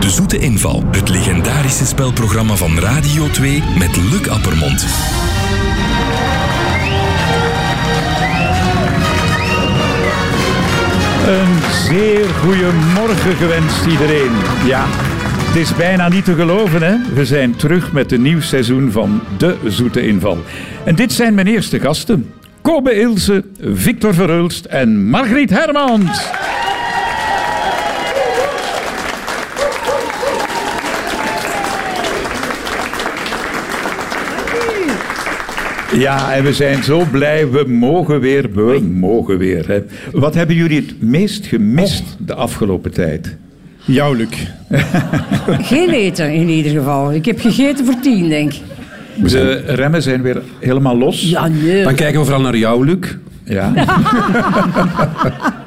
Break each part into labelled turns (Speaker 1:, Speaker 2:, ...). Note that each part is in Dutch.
Speaker 1: De Zoete Inval, het legendarische spelprogramma van Radio 2 met Luc Appermond.
Speaker 2: Een zeer goede morgen gewenst iedereen. Ja, het is bijna niet te geloven hè. We zijn terug met een nieuw seizoen van De Zoete Inval. En dit zijn mijn eerste gasten. Kobe Ilse, Victor Verhulst en Margriet Hermans. Ja, en we zijn zo blij. We mogen weer, we mogen weer. Hè. Wat hebben jullie het meest gemist de afgelopen tijd?
Speaker 3: Jou, Luc.
Speaker 4: Geen eten in ieder geval. Ik heb gegeten voor tien, denk ik.
Speaker 2: De remmen zijn weer helemaal los.
Speaker 4: Ja, nee.
Speaker 5: Dan kijken we vooral naar jou, Luc.
Speaker 2: Ja,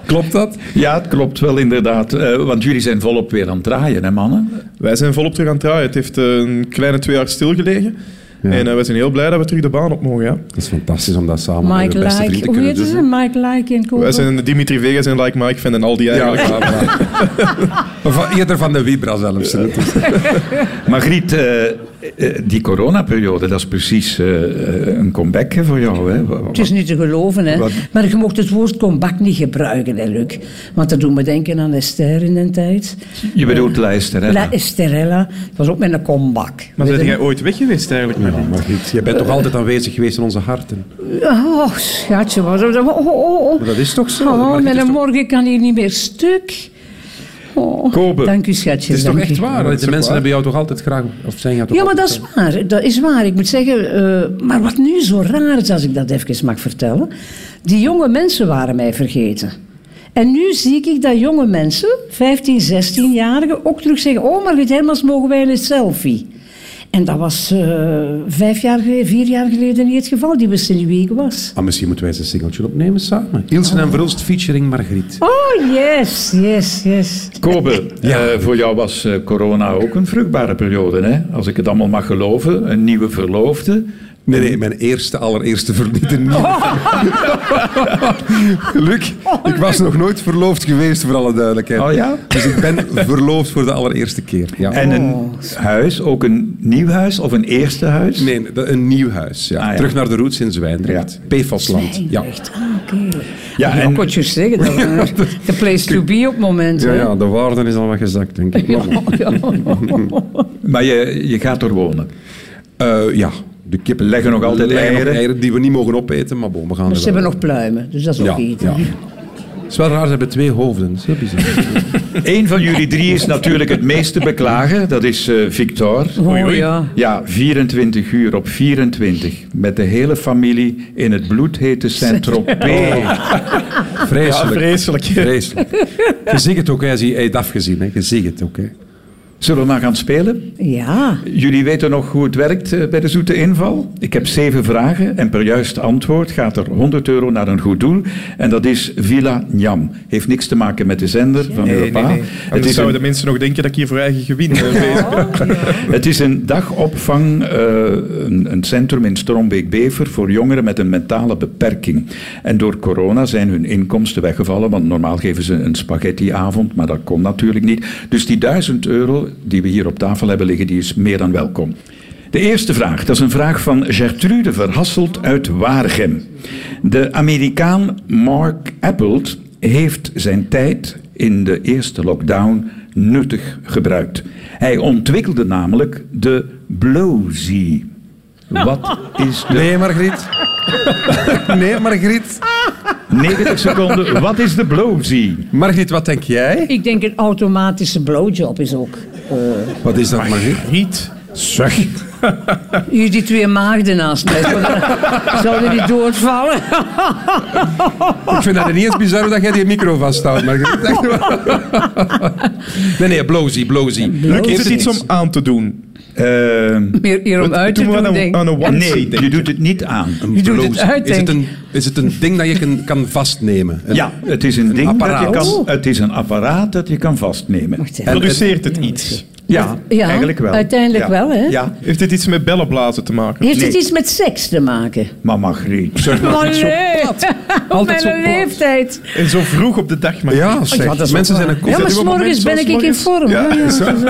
Speaker 5: Klopt dat?
Speaker 2: ja het klopt wel inderdaad. Eh, want jullie zijn volop weer aan het draaien, hè mannen?
Speaker 3: Wij zijn volop terug aan het draaien. Het heeft eh, een kleine twee jaar stilgelegen. En eh, wij zijn heel blij dat we terug de baan op mogen. Ja.
Speaker 5: Dat is fantastisch om dat samen met
Speaker 6: Mike
Speaker 5: de beste vrienden
Speaker 6: Like.
Speaker 5: te
Speaker 6: Hoe
Speaker 5: kunnen dus
Speaker 6: heet
Speaker 5: doen.
Speaker 6: ze? Mike Like en Kobe.
Speaker 3: Wij zijn Dimitri Vegas en Like Mike fan en al die eigenlijk.
Speaker 5: Ja, maar van, eerder van de Vibra zelfs. hè. Het is-
Speaker 2: Margriet, eh, eh, die coronaperiode, dat is precies eh, eh, een comeback hè, voor jou. Hè? Wa- wa-
Speaker 4: Het is niet te geloven, hè.
Speaker 2: Wat?
Speaker 4: Maar je mocht het woord comeback niet gebruiken, hè, Luc. Want dat doet me denken aan Esther in den tijd.
Speaker 2: Je bedoelt lijster, hè?
Speaker 4: La Esterella. Dat was ook met een comeback.
Speaker 3: Maar
Speaker 4: Weet
Speaker 3: zijn
Speaker 4: je-
Speaker 3: jij ooit weg geweest eigenlijk?
Speaker 5: Ja, maar goed, jij bent toch altijd aanwezig geweest in onze harten?
Speaker 4: Oh, schatje. Wat, oh, oh, oh, oh.
Speaker 5: Maar dat is toch zo?
Speaker 4: Oh,
Speaker 5: Maar het
Speaker 4: met
Speaker 5: is
Speaker 4: een
Speaker 5: toch-
Speaker 4: morgen kan hier niet meer stuk. Oh.
Speaker 2: Kobe.
Speaker 4: Dank u, schatje.
Speaker 5: Het is toch
Speaker 4: dank
Speaker 5: echt
Speaker 4: u.
Speaker 5: waar? de mensen hebben jou toch altijd graag... Of zijn jou toch
Speaker 4: Ja, maar dat
Speaker 5: altijd
Speaker 4: is waar. Dat is waar. Ik moet zeggen, eh, maar wat nu zo raar is, als ik dat even mag vertellen. Die jonge mensen waren mij vergeten. En nu zie ik dat jonge mensen, 15, 16-jarigen, ook terug zeggen: Oh, Margriet Hermans, mogen wij een selfie? En dat was eh, vijf jaar geleden, vier jaar geleden niet het geval. Die wisten niet wie ik was.
Speaker 5: Ah, misschien moeten wij eens een singeltje opnemen samen. Ilsen en Verhulst featuring Margriet.
Speaker 4: Oh, yes, yes, yes.
Speaker 2: Kobe, eh, voor jou was eh, corona ook een vruchtbare periode, hè? Als ik het allemaal mag geloven. Een nieuwe verloofde.
Speaker 5: Nee, nee, mijn eerste, allereerste verliefde niet. Luc, ik was nog nooit verloofd geweest, voor alle duidelijkheid.
Speaker 2: Oh ja?
Speaker 5: Dus ik ben verloofd voor de allereerste keer. Ja.
Speaker 2: En een
Speaker 4: Oh.
Speaker 2: huis, ook een nieuw huis of een eerste huis?
Speaker 5: Nee, dat- een nieuw huis. Ja.
Speaker 2: Ah, ja.
Speaker 5: Terug naar de roots in Zwijndrecht.
Speaker 2: Ja.
Speaker 5: PFAS-land. Ja.
Speaker 4: Echt, ah, oké.
Speaker 2: Ja,
Speaker 4: Ja,
Speaker 2: en-
Speaker 4: ik wou het juist zeggen. Dat de place to be op het moment.
Speaker 5: Ja,
Speaker 4: hè.
Speaker 5: ja, de waarde is al wat gezakt, denk ik. Maar-
Speaker 2: Maar je, je gaat er wonen.
Speaker 5: Eh, ja, de kippen
Speaker 2: Leggen nog altijd eieren.
Speaker 5: die we niet mogen opeten, maar bon, we gaan
Speaker 4: Maar
Speaker 5: er
Speaker 4: ze
Speaker 5: wel-
Speaker 4: hebben nog pluimen, dus dat is ook iets.
Speaker 5: ja, ja. Het is wel raar, ze hebben twee hoofden. Dat is heel bizar.
Speaker 2: Eén van jullie drie is natuurlijk het meest te beklagen. Dat is eh, Victor.
Speaker 4: Oh, ja.
Speaker 2: Ja, 24 uur op 24. Met de hele familie in het bloedhete Saint-Tropez.
Speaker 3: Ja,
Speaker 5: Vreselijk.
Speaker 3: vreselijk.
Speaker 5: Vreselijk. Je ziet het ook, hè. Je hebt het afgezien, hè. Je ziet het ook, hè.
Speaker 2: Zullen we maar gaan spelen?
Speaker 4: Ja.
Speaker 2: Jullie weten nog hoe het werkt eh, bij de zoete inval. Ik heb zeven vragen en per juist antwoord gaat er 100 euro naar een goed doel. En dat is Villa Njam. Heeft niks te maken met de zender van
Speaker 3: Nee, nee,
Speaker 2: Europa.
Speaker 3: nee.
Speaker 2: Het,
Speaker 3: Dan
Speaker 2: is
Speaker 3: zouden
Speaker 2: een,
Speaker 3: de mensen nog denken dat ik hier voor eigen gewin eh, bezig ben.
Speaker 2: het is een dagopvang, eh, een, een centrum in Strombeek-Bever voor jongeren met een mentale beperking. En door corona zijn hun inkomsten weggevallen, want normaal geven ze een spaghettiavond, maar dat kon natuurlijk niet. Dus die 1000 euro die we hier op tafel hebben liggen, die is meer dan welkom. De eerste vraag, dat is een vraag van Gertrude Verhasselt uit Waregem. De Amerikaan Mark Appelt heeft zijn tijd in de eerste lockdown nuttig gebruikt. Hij ontwikkelde namelijk de blowzy. Wat is de...
Speaker 5: Nee, Margriet. Nee, Margriet.
Speaker 2: 90 seconden, wat is de blowzy?
Speaker 5: Margriet, wat denk jij?
Speaker 4: Ik denk een automatische blowjob is ook. eh,
Speaker 5: Wat is dat, Margriet?
Speaker 3: Niet.
Speaker 5: Zeg.
Speaker 4: hier die twee maagden naast mij. zouden- Zouden die doorvallen?
Speaker 5: Ik vind dat niet eens bizar dat jij die micro vasthoudt, Margriet. Echt waar. Nee, nee, blowzy, blowzy.
Speaker 3: Luc, is het iets om aan te doen?
Speaker 2: Eh,
Speaker 4: Meer hier om
Speaker 3: Wat
Speaker 4: uit te
Speaker 3: doen we
Speaker 4: doen,
Speaker 3: aan een,
Speaker 4: denk
Speaker 3: aan
Speaker 4: ik.
Speaker 3: een onesie,
Speaker 2: nee,
Speaker 3: denk ik?
Speaker 2: je doet het niet aan.
Speaker 5: Een
Speaker 4: Je doet het
Speaker 5: blowzy.
Speaker 4: uit,
Speaker 5: is, het
Speaker 4: denk
Speaker 5: een, is het een ding dat je kan, kan vastnemen? Een-
Speaker 2: Ja, het is een ding dat je
Speaker 5: apparaat. Oh.
Speaker 2: kan... Het is een apparaat dat je kan vastnemen.
Speaker 4: Wacht even.
Speaker 5: En-
Speaker 3: Produceert het iets?
Speaker 2: Ja,
Speaker 4: Ja,
Speaker 2: eigenlijk wel.
Speaker 4: uiteindelijk
Speaker 2: Ja.
Speaker 4: wel, hè?
Speaker 2: Ja,
Speaker 3: Heeft dit iets met bellenblazen te maken?
Speaker 4: Heeft het
Speaker 2: Nee.
Speaker 4: iets met seks te maken?
Speaker 2: maar Margriet. zeg maar.
Speaker 4: Maar nee, op
Speaker 5: Altijd
Speaker 4: mijn
Speaker 5: zo plat.
Speaker 4: leeftijd.
Speaker 3: En zo vroeg op de dag, maar
Speaker 5: Ja, zeg.
Speaker 4: Ja, dat is
Speaker 5: mensen
Speaker 4: ook
Speaker 5: zijn
Speaker 4: waar.
Speaker 5: een kop.
Speaker 4: Ja, maar
Speaker 3: Zit u op een
Speaker 4: s'morgens ben
Speaker 3: moment
Speaker 4: ik
Speaker 3: zoals
Speaker 4: in
Speaker 3: morgens?
Speaker 4: vorm.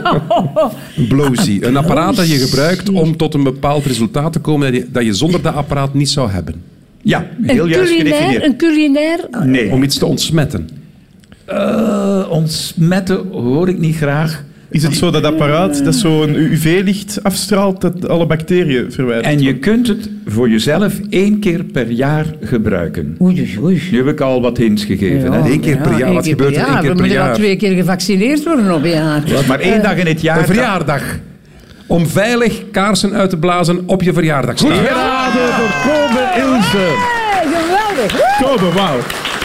Speaker 4: Ja. Ja.
Speaker 5: Een Blowzy. Een apparaat dat je gebruikt om tot een bepaald resultaat te komen dat je, dat je zonder dat apparaat niet zou hebben.
Speaker 2: Ja, heel
Speaker 4: Een,
Speaker 2: juist
Speaker 4: culinair,
Speaker 2: gedefinieerd.
Speaker 4: een culinair...
Speaker 2: Nee,
Speaker 5: Om iets te ontsmetten.
Speaker 2: Eh, ontsmetten hoor ik niet graag.
Speaker 3: is het zo dat apparaat dat zo'n UV-licht afstraalt dat alle bacteriën verwijdert?
Speaker 2: En je kunt het voor jezelf één keer per jaar gebruiken.
Speaker 4: Oei, oei.
Speaker 2: Nu heb ik al wat hints gegeven. hè.
Speaker 5: Eén keer per jaar. Wat gebeurt er één keer per
Speaker 4: We moeten wel
Speaker 5: jaar?
Speaker 4: twee keer gevaccineerd worden op een jaar.
Speaker 2: Wat, Maar één dag in het jaar.
Speaker 5: Een verjaardag. Om veilig kaarsen uit te blazen op je verjaardag.
Speaker 2: Goed geraden door Kobe Ilse.
Speaker 4: Hey, geweldig.
Speaker 3: Kobe, wauw.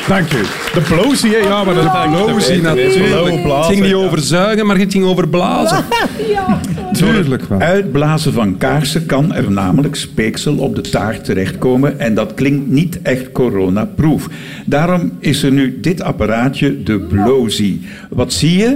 Speaker 3: Dank u. De blozy, hè? Ja, maar dat is
Speaker 5: Blowzy natuurlijk. Het ging niet over zuigen, maar het ging over blazen.
Speaker 4: Ja.
Speaker 5: Tuurlijk wel.
Speaker 2: Uitblazen van kaarsen kan er namelijk speeksel op de taart terechtkomen en dat klinkt niet echt coronaproof. Daarom is er nu dit apparaatje, de Blowzy. Wat zie je?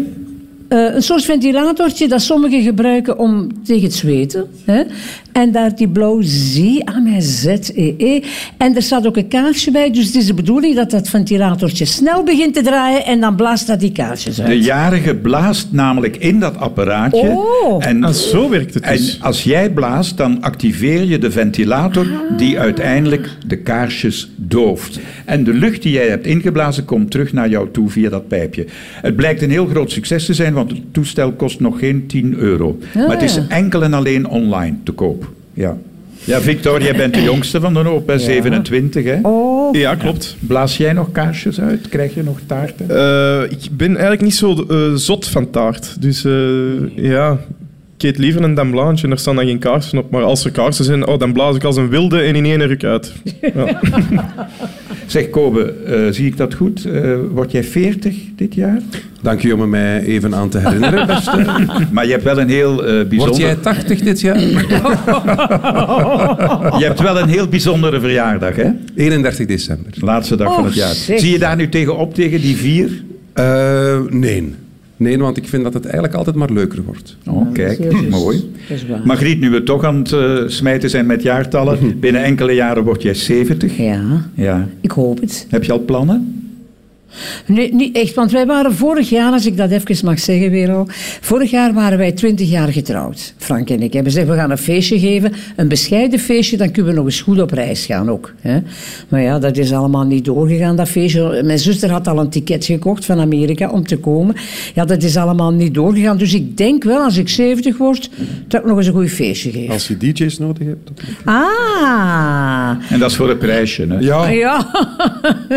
Speaker 4: Eh, een soort ventilatortje dat sommigen gebruiken om tegen het zweten. Hè? En daar die blauw Z aan mijn Z-E-E. En er staat ook een kaarsje bij. Dus het is de bedoeling dat dat ventilatortje snel begint te draaien. En dan blaast dat die kaarsjes uit.
Speaker 2: De jarige blaast namelijk in dat apparaatje.
Speaker 4: Oh.
Speaker 2: En
Speaker 3: Ah, zo werkt het
Speaker 2: En
Speaker 3: dus.
Speaker 2: als jij blaast, dan activeer je de ventilator die uiteindelijk de kaarsjes dooft. En de lucht die jij hebt ingeblazen komt terug naar jou toe via dat pijpje. Het blijkt een heel groot succes te zijn, want het toestel kost nog geen 10 euro. maar het is
Speaker 4: Oh, ja.
Speaker 2: enkel en alleen online te koop. Ja, ja Victor, jij bent de jongste van de hoop, hè? 27 hè?
Speaker 4: Oh,
Speaker 3: Ja, klopt.
Speaker 2: Blaas jij nog kaarsjes uit? Krijg je nog taarten?
Speaker 3: Eh, ik ben eigenlijk niet zo eh, zot van taart. Dus eh, ja, ik eet liever een dame blanche en er staan dan geen kaarsen op. Maar als er kaarsen zijn, oh, dan blaas ik als een wilde en in één ruk uit.
Speaker 2: Zeg Kobe, eh, zie ik dat goed? Eh, word jij 40 dit jaar?
Speaker 5: Dank u om me mij even aan te herinneren, beste.
Speaker 2: Maar je hebt wel een heel eh, bijzonder...
Speaker 5: Word jij 80 dit jaar?
Speaker 2: Je hebt wel een heel bijzondere verjaardag, hè?
Speaker 5: 31 december.
Speaker 2: Laatste dag van
Speaker 4: Och,
Speaker 2: het jaar.
Speaker 4: zeg.
Speaker 2: Zie je daar nu tegen op, tegen die vier?
Speaker 5: Eh, nee. Nee, want ik vind dat het eigenlijk altijd maar leuker wordt.
Speaker 2: Oh,
Speaker 4: dat is
Speaker 2: kijk,
Speaker 4: juist.
Speaker 2: mooi.
Speaker 4: Dat is waar.
Speaker 2: Margriet, nu we toch aan het eh, smijten zijn met jaartallen, binnen enkele jaren word jij 70.
Speaker 4: ja,
Speaker 2: Ja.
Speaker 4: ik hoop het.
Speaker 2: Heb je al plannen?
Speaker 4: Nee, niet echt, want wij waren vorig jaar, als ik dat even mag zeggen weer al. Vorig jaar waren wij 20 jaar getrouwd, Frank en ik. En we zeggen, we gaan een feestje geven, een bescheiden feestje, dan kunnen we nog eens goed op reis gaan ook. Hè. Maar ja, dat is allemaal niet doorgegaan, dat feestje. Mijn zuster had al een ticket gekocht van Amerika om te komen. Ja, dat is allemaal niet doorgegaan. Dus ik denk wel, als ik 70 word, dat ik nog eens een goed feestje geef.
Speaker 5: Als je DJ's nodig hebt.
Speaker 4: Ah,
Speaker 2: En dat is voor een prijsje, hè?
Speaker 5: Ja.
Speaker 4: ja.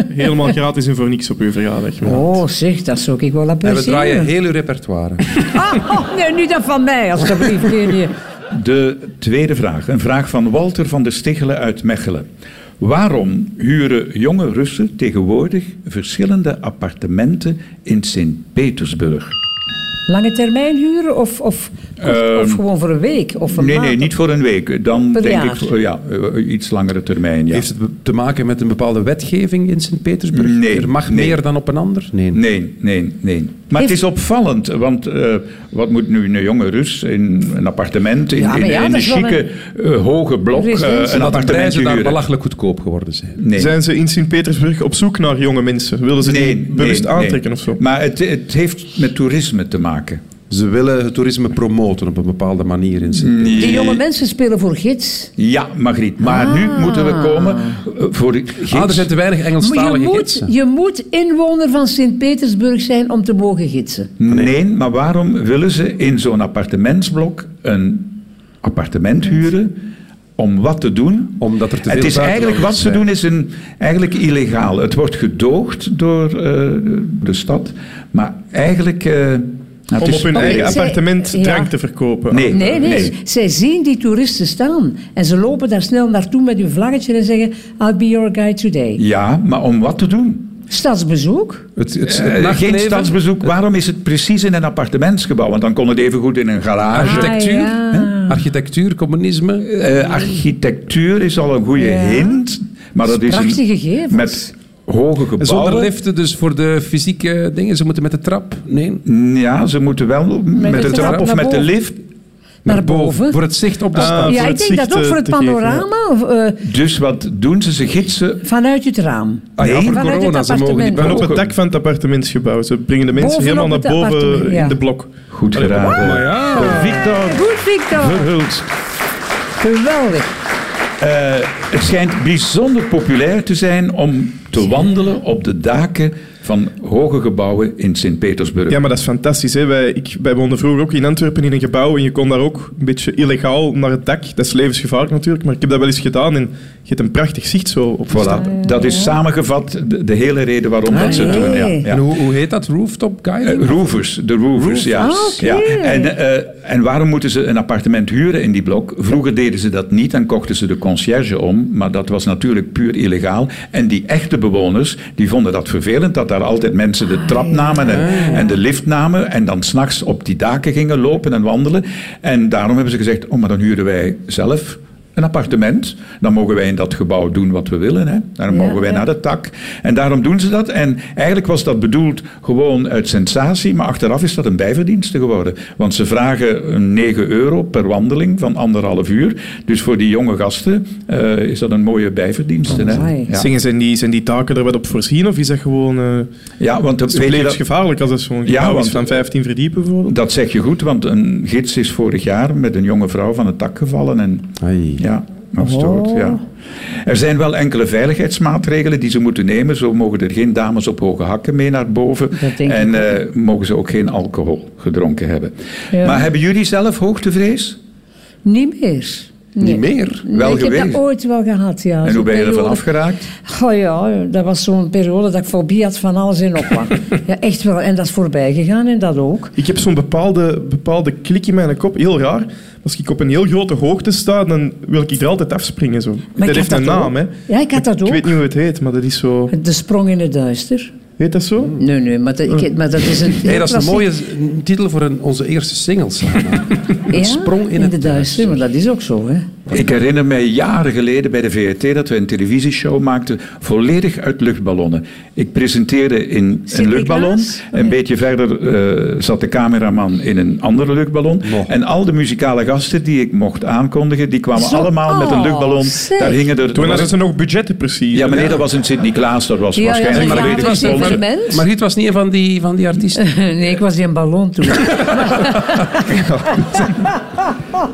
Speaker 3: Helemaal gratis en voor niks op uw verjaardag. Maar-
Speaker 4: Oh, zeg, dat zou ik wel
Speaker 5: En we
Speaker 4: appreciëren.
Speaker 5: draaien heel uw repertoire.
Speaker 4: Oh, nee, niet dat van mij, alstublieft. Nee, nee.
Speaker 2: De tweede vraag. Een vraag van Walter van der Stichelen uit Mechelen. Waarom huren jonge Russen tegenwoordig verschillende appartementen in Sint-Petersburg?
Speaker 4: Lange termijn huren of, of, of, of gewoon voor een week? Of een
Speaker 2: Nee,
Speaker 4: maand?
Speaker 2: nee, niet voor een week. Dan
Speaker 4: Per
Speaker 2: denk
Speaker 4: jaar.
Speaker 2: ik eh, ja, eh, iets langere termijn. Ja.
Speaker 5: Heeft het be- te maken met een bepaalde wetgeving in Sint-Petersburg?
Speaker 2: Nee,
Speaker 5: Er mag
Speaker 2: nee.
Speaker 5: meer dan op een ander? Nee.
Speaker 2: Nee, nee, nee. Maar het
Speaker 4: Heeft-
Speaker 2: is opvallend, want eh, wat moet nu een jonge Rus in een appartement, in,
Speaker 4: Ja, maar
Speaker 2: in-
Speaker 4: ja,
Speaker 2: in
Speaker 4: dat
Speaker 2: een
Speaker 4: is wel
Speaker 2: chique eh, hoge blok, eh,
Speaker 4: Residentie.
Speaker 2: een
Speaker 5: Dat de
Speaker 2: appartement
Speaker 5: prijzen daar
Speaker 2: huren?
Speaker 5: belachelijk goedkoop geworden zijn.
Speaker 2: Nee.
Speaker 3: Zijn ze in Sint-Petersburg op zoek naar jonge mensen? Willen ze
Speaker 2: Nee,
Speaker 3: die bewust
Speaker 2: nee,
Speaker 3: aantrekken
Speaker 2: nee.
Speaker 3: of zo?
Speaker 2: Maar het, het heeft met toerisme te maken.
Speaker 5: Ze willen het toerisme promoten op een bepaalde manier in Sint-Petersburg.
Speaker 4: Die jonge mensen spelen voor gids.
Speaker 2: Ja, Margriet, maar
Speaker 4: Ah.
Speaker 2: nu moeten we komen eh, voor de gids.
Speaker 5: Ah, er zijn te weinig
Speaker 4: Maar je,
Speaker 5: Engelstalige
Speaker 4: moet,
Speaker 5: gidsen.
Speaker 4: je moet inwoner van Sint-Petersburg zijn om te mogen gidsen.
Speaker 2: Nee, maar waarom willen ze in zo'n appartementsblok een appartement huren om wat te doen?
Speaker 5: Omdat er te
Speaker 2: het
Speaker 5: veel
Speaker 2: is eigenlijk wat ze
Speaker 5: buitenlanders
Speaker 2: doen is een, eigenlijk illegaal. Het wordt gedoogd door eh, de stad, maar eigenlijk. eh, nou, het
Speaker 3: Om
Speaker 2: is-
Speaker 3: op hun
Speaker 4: Oh,
Speaker 3: eigen
Speaker 4: ik zei-
Speaker 3: appartement
Speaker 4: ja.
Speaker 3: drank te verkopen.
Speaker 2: Nee,
Speaker 4: Nee, nee,
Speaker 2: nee.
Speaker 4: Zij zien die toeristen staan. En ze lopen daar snel naartoe met hun vlaggetje en zeggen... I'll be your guide today.
Speaker 2: Ja, maar om wat te doen?
Speaker 4: Stadsbezoek.
Speaker 5: Het, het, het,
Speaker 2: Eh, geen
Speaker 5: nachtleven,
Speaker 2: stadsbezoek. Waarom is het precies in een appartementsgebouw? Want dan kon het even goed in een garage.
Speaker 5: Architectuur,
Speaker 4: Ah, ja.
Speaker 5: architectuur, communisme.
Speaker 2: Eh, architectuur is al een goede
Speaker 4: Ja.
Speaker 2: hint. Maar dat is een-
Speaker 4: Prachtige gevels.
Speaker 2: met hoge gebouwen.
Speaker 5: Zonder liften, dus voor de fysieke dingen. Ze moeten met de trap. Nee, naar,
Speaker 2: Ja, ze moeten wel met,
Speaker 4: de
Speaker 2: de
Speaker 4: trap
Speaker 2: trap of
Speaker 4: naar
Speaker 2: met de
Speaker 4: boven.
Speaker 2: lift.
Speaker 4: boven.
Speaker 5: Voor het zicht op de
Speaker 3: Ah,
Speaker 5: stad.
Speaker 4: ja,
Speaker 3: voor
Speaker 4: ik
Speaker 3: het
Speaker 4: denk dat
Speaker 3: zicht,
Speaker 4: ook voor
Speaker 3: eh,
Speaker 4: het
Speaker 3: te geven, ja.
Speaker 4: panorama eh,
Speaker 2: Dus wat doen ze? Ze gidsen.
Speaker 4: vanuit het raam.
Speaker 5: Ah, ja,
Speaker 2: Nee,
Speaker 5: voor
Speaker 4: vanuit het
Speaker 5: corona. Ze mogen niet
Speaker 4: appartement.
Speaker 3: En
Speaker 5: boven.
Speaker 3: op het dak van het appartementsgebouw. Ze brengen de mensen
Speaker 4: Bovenop
Speaker 3: helemaal naar
Speaker 4: het
Speaker 3: boven
Speaker 4: appartement, ja.
Speaker 3: in de blok.
Speaker 2: Goed
Speaker 3: Allee,
Speaker 2: geraden.
Speaker 5: Maar ja.
Speaker 2: Door Victor
Speaker 4: Goed, Victor.
Speaker 2: Verhulst.
Speaker 4: Geweldig.
Speaker 2: Eh, het schijnt bijzonder populair te zijn om te wandelen op de daken van hoge gebouwen in Sint-Petersburg.
Speaker 3: Ja, maar dat is fantastisch. Hè? Wij, ik, wij woonden vroeger ook in Antwerpen in een gebouw en je kon daar ook een beetje illegaal naar het dak. Dat is levensgevaarlijk natuurlijk, maar ik heb dat wel eens gedaan en je hebt een prachtig zicht zo op de stad.
Speaker 2: Voilà, dat is samengevat de, de hele reden waarom dat ze het doen. Ja,
Speaker 4: eh, Ah, jee.
Speaker 2: ja.
Speaker 5: En hoe, hoe heet dat? Rooftop guiding?
Speaker 2: Eh, roofers, de roofers, ja.
Speaker 4: Ah, oké.
Speaker 2: ja. En, eh, en waarom moeten ze een appartement huren in die blok? Vroeger deden ze dat niet, dan kochten ze de conciërge om, maar dat was natuurlijk puur illegaal. En die echte bewoners, die vonden dat vervelend, dat daar altijd mensen de trap namen en, en de lift namen en dan s'nachts op die daken gingen lopen en wandelen. En daarom hebben ze gezegd, oh, maar dan huren wij zelf... Een appartement, dan mogen wij in dat gebouw doen wat we willen. Hè. Dan
Speaker 4: Ja,
Speaker 2: mogen wij
Speaker 4: ja.
Speaker 2: naar de de tak. En daarom doen ze dat. En eigenlijk was dat bedoeld gewoon uit sensatie, maar achteraf is dat een bijverdienste geworden. Want ze vragen een 9 euro per wandeling van anderhalf uur. Dus voor die jonge gasten eh, is dat een mooie bijverdienste. Hè?
Speaker 4: Amai.
Speaker 2: Ja.
Speaker 3: Zingen, zijn die, zijn die taken er wat op voorzien of is dat gewoon... eh
Speaker 2: ja, want
Speaker 3: is
Speaker 2: dat,
Speaker 3: het
Speaker 2: weet je dat,
Speaker 3: levensgevaarlijk als dat zo'n gebouw
Speaker 2: want-
Speaker 3: is van 15 verdiepen bijvoorbeeld?
Speaker 2: dat zeg je goed, want een gids is vorig jaar met een jonge vrouw van het tak gevallen. En Ja, afstoot,
Speaker 4: Oh.
Speaker 2: ja. Er zijn wel enkele veiligheidsmaatregelen die ze moeten nemen. Zo mogen er geen dames op hoge hakken mee naar boven.
Speaker 4: Dat denk
Speaker 2: en
Speaker 4: ik
Speaker 2: eh, mogen ze ook geen alcohol gedronken hebben.
Speaker 4: Ja.
Speaker 2: Maar hebben jullie zelf hoogtevrees?
Speaker 4: Niet meer. Nee.
Speaker 5: Niet meer.
Speaker 2: Wel
Speaker 4: ik heb
Speaker 2: geweest.
Speaker 4: dat ooit wel gehad, ja.
Speaker 2: en
Speaker 4: Zo'n
Speaker 2: hoe ben je ervan
Speaker 4: periode.
Speaker 2: afgeraakt?
Speaker 4: Goh ja, dat was zo'n periode dat ik fobie had van alles in opwang. ja, echt wel. En dat is voorbij gegaan en dat ook.
Speaker 3: Ik heb zo'n bepaalde, bepaalde klik in mijn kop, heel raar. Als ik op een heel grote hoogte sta, dan wil ik er altijd afspringen. Zo.
Speaker 4: ik
Speaker 3: dat heeft
Speaker 4: had
Speaker 3: een
Speaker 4: dat ook.
Speaker 3: naam, hè?
Speaker 4: Ja, ik had dat
Speaker 3: Ik
Speaker 4: ook.
Speaker 3: weet niet hoe het heet, maar dat is zo.
Speaker 4: De sprong in het duister.
Speaker 3: Heet dat zo?
Speaker 4: Nee, nee, maar dat, ik, maar dat is een...
Speaker 5: Hey, dat is een
Speaker 4: klassiek-
Speaker 5: mooie z- een titel voor een, onze eerste single samen.
Speaker 4: Ja,
Speaker 5: sprong in het
Speaker 4: de duister. Maar dat is ook zo, hè.
Speaker 2: Ik herinner mij jaren geleden bij de VRT dat we een televisieshow maakten, volledig uit luchtballonnen. Ik presenteerde in een
Speaker 4: Sinterklaas?
Speaker 2: luchtballon,
Speaker 4: Oh,
Speaker 2: een
Speaker 4: ja.
Speaker 2: beetje verder eh, zat de cameraman in een andere luchtballon. En al de muzikale gasten die ik mocht aankondigen, die kwamen
Speaker 4: Zo,
Speaker 2: allemaal met een
Speaker 4: oh,
Speaker 2: luchtballon.
Speaker 4: zeg.
Speaker 2: Daar hingen er...
Speaker 3: Toen hadden ze nog budgetten precies.
Speaker 2: Ja, maar nee, dat was een Sint-Niklaas, dat was
Speaker 4: Ja, ja,
Speaker 2: waarschijnlijk
Speaker 4: dat
Speaker 2: een
Speaker 4: was-
Speaker 2: volledig
Speaker 4: dat was een
Speaker 2: gesponsord.
Speaker 4: evenement.
Speaker 5: Maar Giet was niet een van die, van die artiesten.
Speaker 4: nee, ik was die een ballon toen.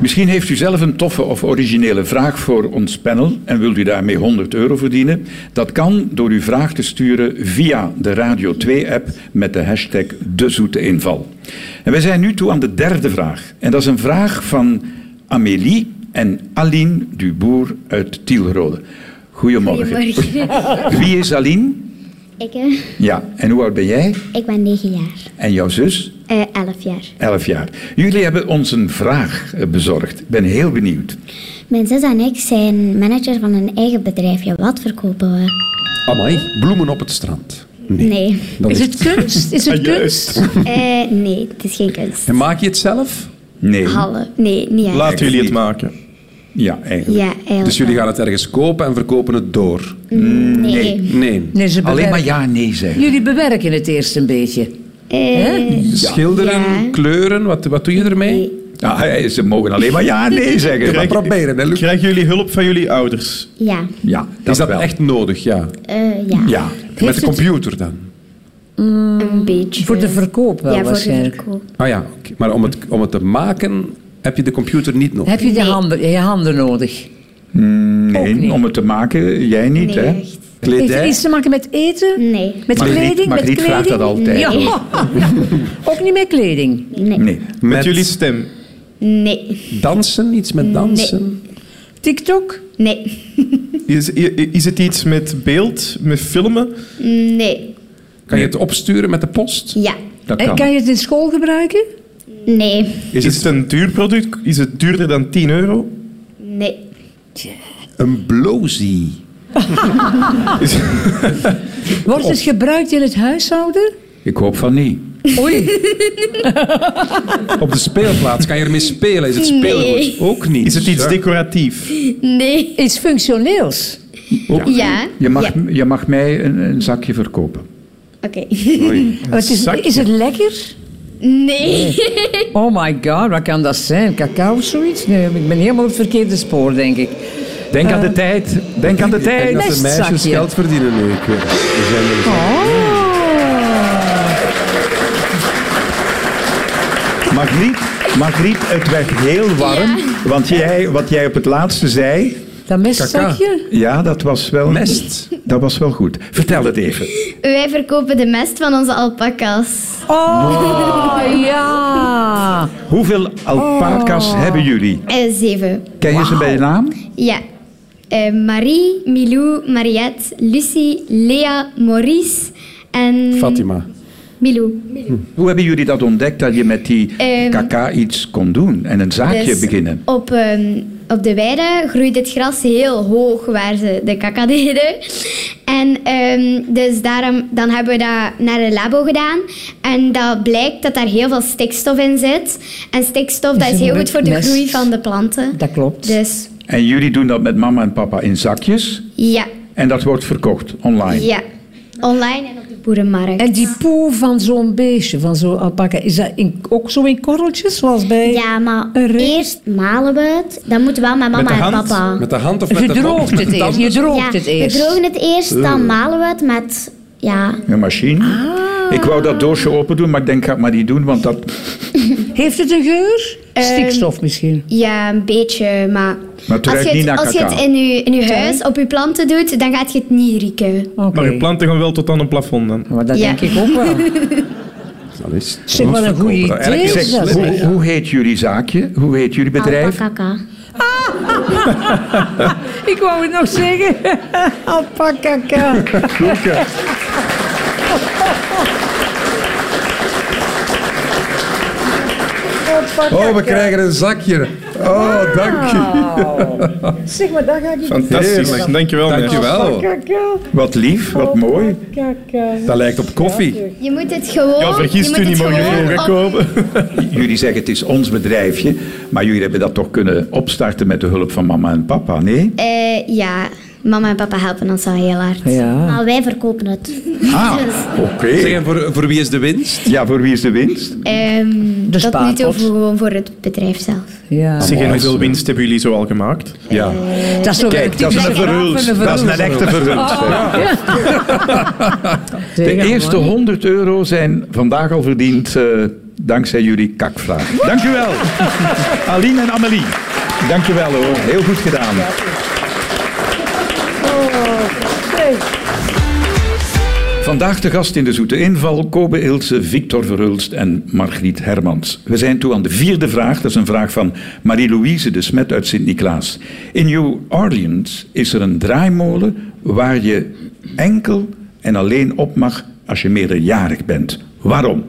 Speaker 2: Misschien heeft u zelf een toffe of originele vraag voor ons panel en wilt u daarmee 100 euro verdienen? Dat kan door uw vraag te sturen via de Radio 2-app met de hashtag De Zoete Inval. En wij zijn nu toe aan de derde vraag. En dat is een vraag van Amélie en Aline Duboer uit Tielrode. Goedemorgen.
Speaker 6: Goedemorgen.
Speaker 2: Wie is Aline?
Speaker 6: ik, eh,
Speaker 2: Ja, en hoe oud ben jij?
Speaker 6: ik ben 9 jaar.
Speaker 2: En jouw zus?
Speaker 6: eh 11 jaar.
Speaker 2: 11 jaar. Jullie hebben ons een vraag eh, bezorgd. Ik ben heel benieuwd.
Speaker 6: Mijn zus en ik zijn manager van een eigen bedrijf. Ja, wat verkopen we?
Speaker 5: Amai. Bloemen op het strand.
Speaker 6: Nee.
Speaker 5: Dat
Speaker 4: Is
Speaker 5: is...
Speaker 4: het kunst? Is het
Speaker 3: Ah, juist.
Speaker 4: kunst?
Speaker 6: Eh, nee, het is geen kunst.
Speaker 5: En maak je het zelf?
Speaker 2: Nee.
Speaker 6: Hallo. Nee, niet echt.
Speaker 3: Laten jullie het maken.
Speaker 2: Ja, eigenlijk.
Speaker 6: Ja, eigenlijk.
Speaker 5: Dus jullie gaan het ergens kopen en verkopen het door?
Speaker 6: wel. Nee.
Speaker 5: Nee.
Speaker 4: Nee, ze
Speaker 2: Alleen maar
Speaker 4: bewerken-
Speaker 2: ja, nee zeggen.
Speaker 4: Jullie bewerken het eerst een beetje.
Speaker 6: Eh,
Speaker 5: Schilderen,
Speaker 6: Ja.
Speaker 5: kleuren, wat, wat doe je ermee?
Speaker 2: Ah, hij- ze mogen alleen maar ja, nee zeggen.
Speaker 5: Maar proberen, hè, Luc.
Speaker 3: Krijgen jullie hulp van jullie ouders?
Speaker 6: ja.
Speaker 2: Ja, dat
Speaker 5: is dat
Speaker 2: wel.
Speaker 5: echt nodig? Ja.
Speaker 6: Eh, ja.
Speaker 2: Ja.
Speaker 5: Met de
Speaker 4: het-
Speaker 5: computer dan?
Speaker 6: Een beetje.
Speaker 4: Voor de verkoop wel
Speaker 6: Ja, voor de
Speaker 4: waarschijnlijk.
Speaker 6: verkoop.
Speaker 5: Ah ja, oké. maar om het, om het te maken heb je de computer niet nodig.
Speaker 4: Heb je de
Speaker 6: Nee.
Speaker 4: handen, je handen nodig?
Speaker 2: Nee,
Speaker 4: Ook niet.
Speaker 2: om het te maken, jij niet,
Speaker 6: Nee,
Speaker 2: hè?
Speaker 6: echt.
Speaker 4: Heeft het
Speaker 2: Kledij.
Speaker 4: iets te maken met eten?
Speaker 6: Nee.
Speaker 4: Met
Speaker 2: Margriet-
Speaker 4: kleding? met
Speaker 2: Margriet
Speaker 4: kleding?
Speaker 2: vraagt dat altijd.
Speaker 4: Ja. Ook niet met kleding.
Speaker 6: Nee.
Speaker 2: Nee.
Speaker 3: Met, jullie stem?
Speaker 6: Nee.
Speaker 5: dansen, iets met dansen?
Speaker 4: TikTok?
Speaker 6: Nee.
Speaker 3: Is, i- i- is het iets met beeld, met filmen?
Speaker 6: Nee.
Speaker 5: Kan je het opsturen met de post?
Speaker 6: Ja.
Speaker 2: Dat
Speaker 4: En
Speaker 2: kan.
Speaker 4: kan je het in school gebruiken?
Speaker 6: Nee.
Speaker 3: Is het een duur product? Is het duurder dan 10 euro?
Speaker 6: Nee.
Speaker 5: Een blozy.
Speaker 3: Is-
Speaker 4: Wordt het gebruikt in het huishouden?
Speaker 2: Ik hoop van niet.
Speaker 4: Oei.
Speaker 5: Op de speelplaats kan je ermee spelen. Is het
Speaker 6: Nee.
Speaker 5: speelgoed? Ook niet.
Speaker 3: Is het iets
Speaker 5: Ja.
Speaker 3: decoratief?
Speaker 6: Nee.
Speaker 4: Iets functioneels.
Speaker 2: Ook?
Speaker 6: Ja.
Speaker 2: Je mag,
Speaker 6: Ja.
Speaker 2: je mag mij een, een zakje verkopen.
Speaker 6: Oké.
Speaker 4: Maar het is,
Speaker 3: zakje.
Speaker 4: is het lekker?
Speaker 6: Nee.
Speaker 4: Oh my god, wat kan dat zijn? Cacao of zoiets? Nee, ik ben helemaal op het verkeerde spoor, denk ik.
Speaker 2: Denk
Speaker 6: Eh.
Speaker 2: aan de tijd. Denk aan de
Speaker 5: En
Speaker 2: tijd.
Speaker 5: dat de meisjes
Speaker 4: Mestzakje.
Speaker 5: geld verdienen nu. Ik weet het. We zijn er zo.
Speaker 4: Oh.
Speaker 2: Margriet, Margriet, het werd heel warm. Want jij, wat jij op het laatste zei,
Speaker 4: Dat mestzakje?
Speaker 2: ja, dat was wel...
Speaker 5: Mest.
Speaker 2: Dat was wel goed. Vertel het even.
Speaker 6: Wij verkopen de mest van onze alpakas.
Speaker 4: Oh, ja.
Speaker 2: Hoeveel alpaca's hebben jullie?
Speaker 6: Eh, zeven.
Speaker 2: Ken je ze bij de naam?
Speaker 6: Ja. Eh, Marie, Milou, Mariette, Lucie, Lea, Maurice en...
Speaker 5: Fatima.
Speaker 6: Milou.
Speaker 2: Hoe hebben jullie dat ontdekt dat je met die
Speaker 6: Ehm,
Speaker 2: kaka iets kon doen en een zaakje
Speaker 6: Dus
Speaker 2: beginnen?
Speaker 6: Op, ehm, op de weide groeit het gras heel hoog waar ze de kaka deden. En ehm, dus daarom dan hebben we dat naar een labo gedaan. En dat blijkt dat daar heel veel stikstof in zit. En stikstof dat
Speaker 4: Is
Speaker 6: is
Speaker 4: een
Speaker 6: heel goed voor de
Speaker 4: mest.
Speaker 6: groei van de planten.
Speaker 4: Dat klopt.
Speaker 6: Dus
Speaker 2: En jullie doen dat met mama en papa in zakjes
Speaker 6: ja,
Speaker 2: en dat wordt verkocht online.
Speaker 6: ja. online en op de boerenmarkt.
Speaker 4: En die poe van zo'n beestje, van zo'n alpaca, is dat in- ook zo in korreltjes zoals bij...
Speaker 7: Ja, maar
Speaker 4: Een reet?
Speaker 7: eerst malen we het. Dan moeten we wel met mama
Speaker 3: de
Speaker 7: en
Speaker 3: hand?
Speaker 7: papa.
Speaker 5: Met de hand of met
Speaker 4: Je
Speaker 5: de mond?
Speaker 4: droogt
Speaker 5: Met
Speaker 4: het
Speaker 5: de
Speaker 4: eerst, je
Speaker 5: tanden?
Speaker 4: droogt het
Speaker 7: We
Speaker 4: eerst.
Speaker 7: drogen het eerst, dan malen we het met... Ja,
Speaker 2: Een machine. Ik wou dat doosje open doen, maar ik denk, ga het maar niet doen, want dat...
Speaker 4: Heeft het een geur?
Speaker 7: Ehm,
Speaker 4: Stikstof misschien.
Speaker 6: Ja, een beetje, maar...
Speaker 2: Maar het
Speaker 6: als
Speaker 2: ruikt
Speaker 6: je
Speaker 2: niet
Speaker 6: het,
Speaker 2: naar
Speaker 6: als je
Speaker 2: cacao.
Speaker 6: het in je, in je huis op je planten doet, dan gaat je het niet rieken.
Speaker 4: Oké.
Speaker 3: Maar je planten gaan wel tot aan een plafond dan.
Speaker 4: Maar dat
Speaker 6: Ja.
Speaker 4: denk ik ook wel.
Speaker 5: Dat is
Speaker 4: Zeg, wat een goed idee
Speaker 5: Eigenlijk
Speaker 4: is
Speaker 5: is
Speaker 4: dat.
Speaker 5: het
Speaker 2: Hoe, hoe heet jullie zaakje? Hoe heet jullie bedrijf?
Speaker 7: alpaca.
Speaker 4: Ik wou het nog zeggen. Alpaca.
Speaker 5: Oh, we krijgen een zakje. Oh, dank je.
Speaker 4: Zeg maar, daar ga ik
Speaker 3: Fantastisch.
Speaker 5: Heerlijk.
Speaker 3: Dankjewel.
Speaker 5: Dank je
Speaker 3: meisjes.
Speaker 5: wel.
Speaker 2: Wat lief, wat mooi.
Speaker 5: Dat lijkt op koffie.
Speaker 6: Je moet het gewoon...
Speaker 3: Ja,
Speaker 6: je
Speaker 3: vergist
Speaker 6: moet
Speaker 3: u
Speaker 6: het
Speaker 3: niet, maar je
Speaker 6: gewoon op-
Speaker 3: mogen kopen.
Speaker 2: Jullie zeggen het is ons bedrijfje, maar jullie hebben dat toch kunnen opstarten met de hulp van mama en papa, nee?
Speaker 6: Eh, ja, mama en papa helpen ons wel heel hard.
Speaker 4: Ja.
Speaker 7: Maar wij verkopen het.
Speaker 2: Ah, oké.
Speaker 5: Zeg, en voor, voor wie is de winst?
Speaker 2: Ja, voor wie is de winst?
Speaker 6: Ehm,
Speaker 4: De
Speaker 6: tot nu toe
Speaker 4: spaarpot.
Speaker 6: voor- gewoon voor het bedrijf zelf.
Speaker 4: ja.
Speaker 3: Zeg, en hoeveel winst hebben jullie zo al gemaakt?
Speaker 2: Ja.
Speaker 4: Dat is toch
Speaker 2: Kijk, dat is een verhulst. Dat is een echte
Speaker 5: Oh.
Speaker 2: verhulst. De eerste 100 euro zijn vandaag al verdiend eh, dankzij jullie kakvraag. Dank u wel. Aline en Amelie. Dank je wel hoor. Heel goed gedaan. Vandaag de gast in de Zoete Inval, Kobe Ilse, Victor Verhulst en Margriet Hermans. We zijn toe aan de vierde vraag. Dat is een vraag van Marie-Louise de Smet uit Sint-Niklaas. In New Orleans is er een draaimolen waar je enkel en alleen op mag als je meerderjarig bent. Waarom?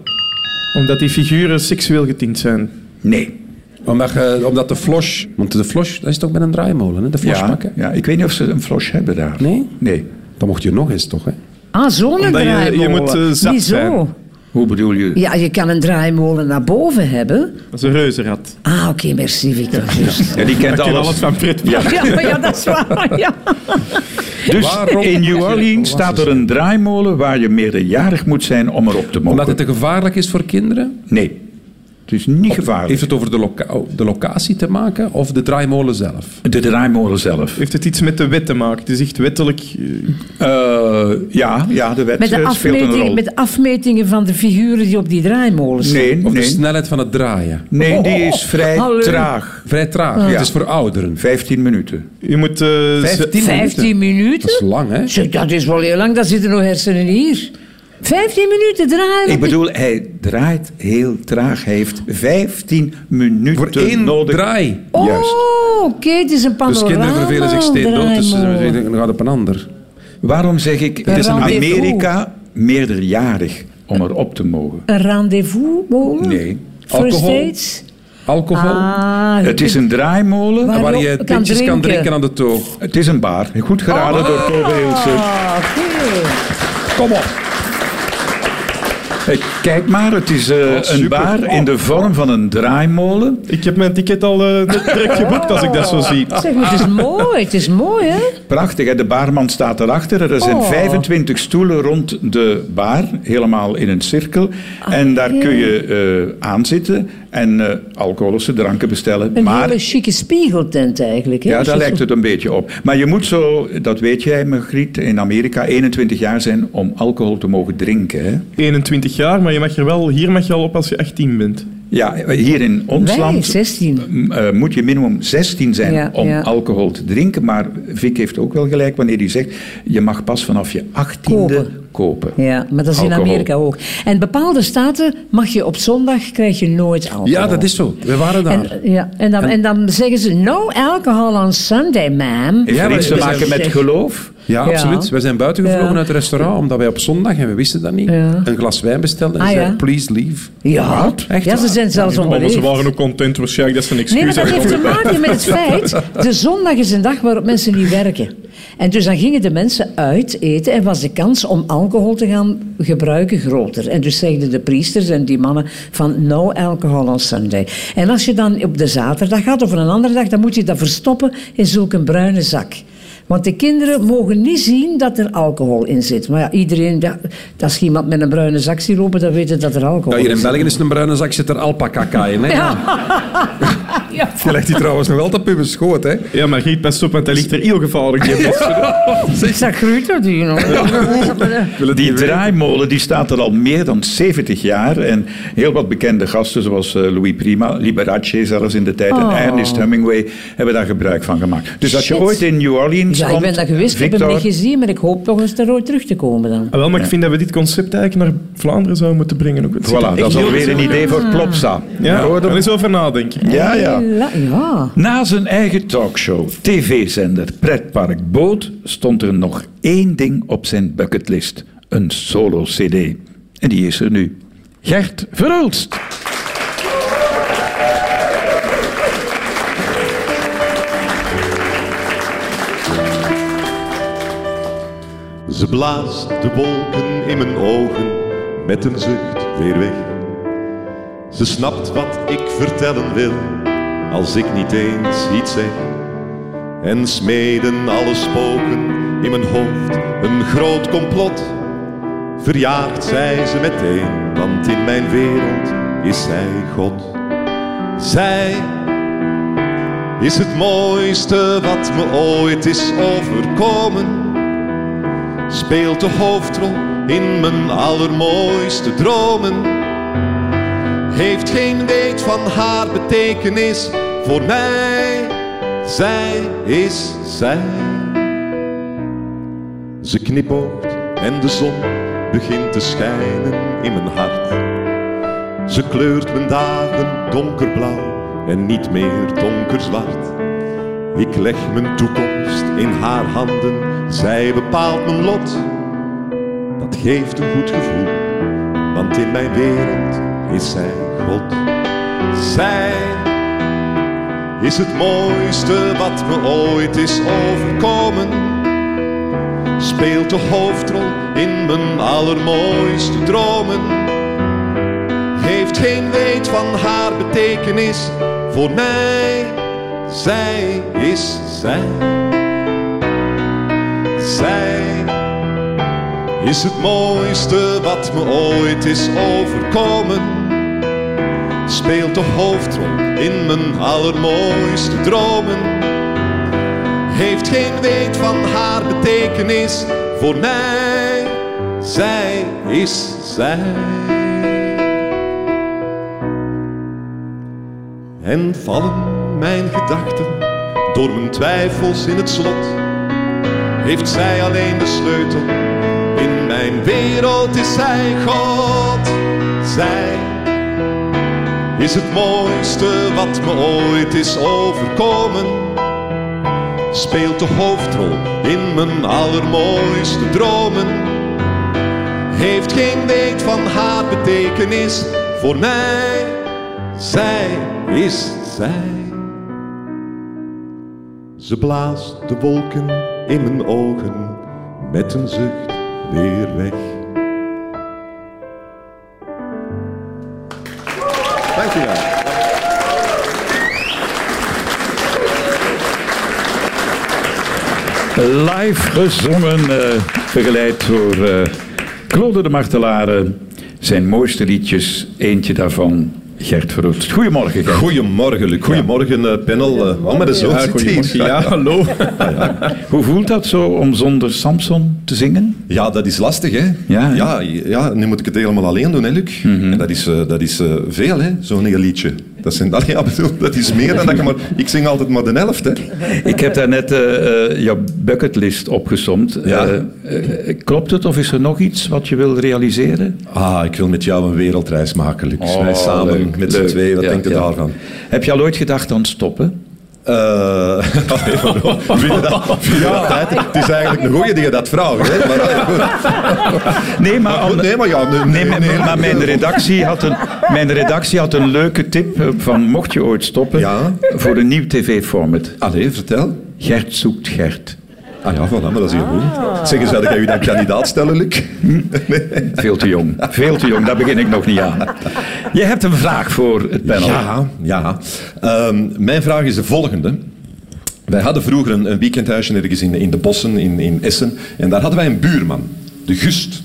Speaker 3: Omdat die figuren seksueel getint zijn.
Speaker 2: Nee.
Speaker 5: Omdat, je- omdat de flosh... Want de flosh, dat is toch met een draaimolen, hè? De flosh
Speaker 2: Ja,
Speaker 5: pakken.
Speaker 2: ja, ik weet niet of ze een flosh hebben daar.
Speaker 5: Nee?
Speaker 2: Nee.
Speaker 5: Dan mocht je nog eens, toch, hè?
Speaker 4: Ah, zo'n
Speaker 3: Omdat je- je
Speaker 4: draaimolen.
Speaker 3: moet, eh, zat
Speaker 4: Niet zo.
Speaker 3: zijn.
Speaker 2: Hoe bedoel je?
Speaker 4: Ja, je kan een draaimolen naar boven hebben.
Speaker 3: Dat is een reuzenrad.
Speaker 4: Ah, oké, merci Victor. Juist.
Speaker 2: Ja, die kent
Speaker 3: Ik ken alles
Speaker 2: alles.
Speaker 3: van Fred.
Speaker 4: Ja, ja, dat is waar. Ja.
Speaker 2: Dus
Speaker 5: Waarom
Speaker 2: in
Speaker 5: moet je
Speaker 2: New Orleans
Speaker 5: volwassen
Speaker 2: staat er een draaimolen waar je meerderjarig moet zijn om erop te mogen.
Speaker 5: Omdat het te gevaarlijk is voor kinderen?
Speaker 2: Nee. Het is niet gevaarlijk.
Speaker 5: Oh, Heeft het over de, loca- oh, de locatie te maken of de draaimolen zelf?
Speaker 2: De draaimolen zelf.
Speaker 3: Heeft het iets met de wet te maken? Het is echt wettelijk... eh,
Speaker 2: Eh, ja, ja, de wet
Speaker 4: Met, de
Speaker 2: eh, speelt een
Speaker 4: afmetingen,
Speaker 2: rol.
Speaker 4: met de afmetingen van de figuren die op die draaimolen staan.
Speaker 2: Nee,
Speaker 5: Of de
Speaker 2: nee.
Speaker 5: snelheid van het draaien? Oh.
Speaker 2: nee, die is vrij
Speaker 4: Oh, Hallo.
Speaker 2: traag.
Speaker 5: Vrij traag. Het is voor ouderen.
Speaker 2: 15 minuten.
Speaker 3: Je moet... eh, ze-
Speaker 4: 15 minuten?
Speaker 5: Dat is lang, hè?
Speaker 4: Zeg, dat is wel heel lang, daar zitten nog hersenen hier. 15 minuten draaien.
Speaker 2: Ik bedoel, hij draait heel traag. Hij heeft 15 minuten
Speaker 5: Voor één
Speaker 2: nodig.
Speaker 5: draai.
Speaker 4: Oh,
Speaker 2: Juist.
Speaker 4: oké, het is een panorama.
Speaker 5: Dus kinderen vervelen zich steeds dood. Dus ze
Speaker 4: draaimolen.
Speaker 5: zeggen, dan gaat op een ander.
Speaker 2: Waarom zeg ik, het is in
Speaker 4: rendezvous.
Speaker 2: Amerika meerderjarig om erop te mogen?
Speaker 4: Een rendezvous molen?
Speaker 2: Nee.
Speaker 4: Voor
Speaker 5: Alcohol.
Speaker 4: steeds?
Speaker 5: Alcohol.
Speaker 4: Ah,
Speaker 2: Het is een draaimolen.
Speaker 4: Waar-
Speaker 5: waar je
Speaker 4: Waarop kan
Speaker 5: pintjes kan
Speaker 4: drinken.
Speaker 5: drinken aan de toog.
Speaker 2: Het is een Oh. bar. Goed geraden door Kobe Hilsen.
Speaker 4: Ah, oké.
Speaker 5: Kom op.
Speaker 2: Eh, Kijk maar, het is eh, een
Speaker 3: super.
Speaker 2: baar in
Speaker 4: Oh.
Speaker 2: de vorm van een draaimolen.
Speaker 3: Ik heb mijn ticket al eh, net direct geboekt als ik dat zo zie.
Speaker 4: Zeg, maar het is mooi, het is mooi, hè?
Speaker 2: Prachtig, hè? de baarman staat erachter. Er zijn
Speaker 4: Oh.
Speaker 2: 25 stoelen rond de baar, helemaal in een cirkel.
Speaker 4: Ah,
Speaker 2: en daar
Speaker 4: ja.
Speaker 2: kun je eh, aan zitten en eh, alcoholische dranken bestellen.
Speaker 4: Een
Speaker 2: maar
Speaker 4: hele chique spiegeltent eigenlijk. Hè?
Speaker 2: ja,
Speaker 4: Dus
Speaker 2: daar
Speaker 4: dat is
Speaker 2: lijkt het een beetje op. Maar je moet zo, dat weet jij, Margriet, in Amerika 21 jaar zijn om alcohol te mogen drinken. Hè?
Speaker 3: 21 jaar, maar je mag er wel, hier mag je al op als je 18 bent.
Speaker 2: Ja, hier in ons
Speaker 4: Wij,
Speaker 2: land
Speaker 4: 16.
Speaker 2: m, eh, moet je minimum 16 zijn
Speaker 4: Ja,
Speaker 2: om
Speaker 4: ja.
Speaker 2: alcohol te drinken. Maar Vic heeft ook wel gelijk wanneer hij zegt, je mag pas vanaf je 18e kopen.
Speaker 4: Kopen. Ja, maar dat is in
Speaker 2: Alcohol.
Speaker 4: Amerika ook. En bepaalde staten mag je op zondag krijg je nooit alcohol.
Speaker 5: Ja, dat is zo. We waren daar.
Speaker 4: En, ja, en, dan, en dan zeggen ze no alcohol on Sunday, ma'am.
Speaker 2: Heeft
Speaker 5: Ja,
Speaker 2: er
Speaker 5: maar
Speaker 2: iets te
Speaker 5: het is
Speaker 2: maken met
Speaker 4: echt-
Speaker 2: geloof?
Speaker 5: Ja,
Speaker 4: Ja.
Speaker 5: absoluut. We zijn buiten gevlogen
Speaker 4: Ja.
Speaker 5: uit het restaurant, omdat wij op zondag, en we wisten dat niet,
Speaker 4: Ja.
Speaker 5: een glas wijn bestelden en
Speaker 4: Ah,
Speaker 5: zeiden,
Speaker 4: ja.
Speaker 5: please leave.
Speaker 4: Ja,
Speaker 5: Echt
Speaker 4: ja ze
Speaker 5: waar.
Speaker 4: zijn zelfs
Speaker 3: Maar ze
Speaker 4: onbeleefd.
Speaker 3: waren ook content waarschijnlijk dat ze een excuus
Speaker 4: Nee, maar dat
Speaker 3: hadden
Speaker 4: heeft te
Speaker 3: gevonden.
Speaker 4: maken met het feit... De zondag is een dag waarop mensen niet werken. En dus dan gingen de mensen uit eten en was de kans om alcohol te gaan gebruiken groter. En dus zeiden de priesters en die mannen van no alcohol on Sunday. En als je dan op de zaterdag gaat of een andere dag, dan moet je dat verstoppen in zulke bruine zak. Want de kinderen mogen niet zien dat er alcohol in zit. Maar ja, iedereen, ja, als je iemand met een bruine zak ziet lopen, dan weet je dat er alcohol
Speaker 5: Ja, hier
Speaker 4: in
Speaker 5: in
Speaker 4: zit.
Speaker 5: België is een bruine zak, zit er alpaca in. Hè?
Speaker 4: Ja.
Speaker 5: Je legt die trouwens nog wel te pubbers schoot, hè?
Speaker 3: Ja, maar Giet, pas op, want hij ligt er heel gevaarlijk in.
Speaker 4: Dat groeit dat hier nog.
Speaker 2: Die draaimolen die staat er al meer dan 70 jaar. En heel wat bekende gasten, zoals eh, Louis Prima, Liberace zelfs in de tijd,
Speaker 4: Oh.
Speaker 2: en Ernest Hemingway, hebben daar gebruik van gemaakt. Dus als je
Speaker 4: Shit.
Speaker 2: ooit in New Orleans
Speaker 4: Ja,
Speaker 2: komt,
Speaker 4: ik ben dat geweest, ik heb hem
Speaker 2: Victor,
Speaker 4: niet gezien, maar ik hoop toch eens er ooit terug te komen dan.
Speaker 3: Ah, wel, maar ik vind dat we dit concept eigenlijk naar Vlaanderen zouden moeten brengen. Ook. Het zit er
Speaker 2: Voilà, dat
Speaker 3: echt
Speaker 2: is
Speaker 3: heel
Speaker 2: alweer een
Speaker 3: gezellig
Speaker 2: idee voor Plopsa.
Speaker 3: in. Ja, er is over nadenken.
Speaker 2: Ja, ja.
Speaker 4: La- ja.
Speaker 2: Na zijn eigen talkshow, tv-zender, pretpark, boot, stond er nog één ding op zijn bucketlist. Een solo-cd. En die is er nu. Gert Verhulst.
Speaker 8: Ze blaast de wolken in mijn ogen met een zucht weer weg. Ze snapt wat ik vertellen wil als ik niet eens iets zeg. En smeden alle spoken in mijn hoofd een groot complot. Verjaagt zij ze meteen, want in mijn wereld is zij God. Zij is het mooiste wat me ooit is overkomen speelt de hoofdrol in mijn allermooiste dromen. Heeft geen weet van haar betekenis voor mij. Zij is zij. Ze knipoogt en de zon begint te schijnen in mijn hart. Ze kleurt mijn dagen donkerblauw en niet meer donkerzwart. Ik leg mijn toekomst in haar handen, zij bepaalt mijn lot. Dat geeft een goed gevoel, want in mijn wereld is zij God. Zij is het mooiste wat me ooit is overkomen. Speelt de hoofdrol in mijn allermooiste dromen. Heeft geen weet van haar betekenis voor mij. Zij is zij. Zij is het mooiste wat me ooit is overkomen. Speelt de hoofdrol in mijn allermooiste dromen. Heeft geen weet van haar betekenis voor mij. Zij is zij. en vallen mijn gedachten door mijn twijfels in het slot. Heeft zij alleen de sleutel, in mijn wereld is zij God. Zij is het mooiste wat me ooit is overkomen. Speelt de hoofdrol in mijn allermooiste dromen heeft geen weet van haar betekenis voor mij. Zij is zij. Ze blaast de wolken in mijn ogen met een zucht weer weg. Dankjewel.
Speaker 2: Live gezongen, eh, begeleid door eh, Claude de Martelare. Zijn mooiste liedjes, eentje daarvan, Gert Verhoest. Goedemorgen, Gert.
Speaker 8: Goedemorgen, Luc. Goedemorgen, eh, panel. Eh, Oh, maar de zoon zit hier.
Speaker 3: goedemorgen. Ja, hallo.
Speaker 2: Hoe voelt dat zo om zonder Samson te zingen?
Speaker 8: Ja, dat is lastig, hè?
Speaker 2: Ja, hè?
Speaker 8: ja, ja, nu moet ik het helemaal alleen doen, hè, Luc? En dat is, eh, dat is eh, veel, hè? Zo'n heel liedje. Dat, zijn, dat, ja, bedoel, dat is meer dan dat je maar... Ik zing altijd maar de helft, hè?
Speaker 2: Ik heb daarnet net eh, jouw bucketlist opgesomd.
Speaker 8: Ja.
Speaker 2: Eh, eh, klopt het of is er nog iets wat je wil realiseren?
Speaker 8: Ah, ik wil met jou een wereldreis maken, Luc.
Speaker 5: Oh,
Speaker 8: Wij samen,
Speaker 2: leuk,
Speaker 8: met z'n
Speaker 2: leuk.
Speaker 8: tweeën. Wat
Speaker 2: Ja,
Speaker 8: denk je
Speaker 2: ja.
Speaker 8: daarvan?
Speaker 2: Heb je al ooit gedacht aan stoppen?
Speaker 8: Eh, vind je dat- vind je dat tijd? Het is eigenlijk een goeie die je dat vraagt, hè? Maar, eh, goed.
Speaker 2: Nee, maar,
Speaker 8: Maar goed,
Speaker 2: aan-
Speaker 8: nee, maar ja, nee,
Speaker 2: Nee, maar,
Speaker 8: nee,
Speaker 2: maar mijn, redactie had een, mijn redactie had een leuke tip eh, van mocht je ooit stoppen
Speaker 8: Ja.
Speaker 2: voor een nieuw tv-format.
Speaker 8: Allee, vertel.
Speaker 2: Gert zoekt Gert.
Speaker 8: Ah ja, voilà, maar dat is heel
Speaker 4: Ah.
Speaker 8: goed. Zeg eens, zou jij je dan kandidaat stellen, Luc?
Speaker 2: Veel te jong. Veel te jong, daar begin ik nog niet aan. Je hebt een vraag voor het panel.
Speaker 8: Ja, ja. Ehm, mijn vraag is de volgende. Wij hadden vroeger een, een weekendhuisje ergens in, in de bossen, in, in Essen. En daar hadden wij een buurman, de Gust.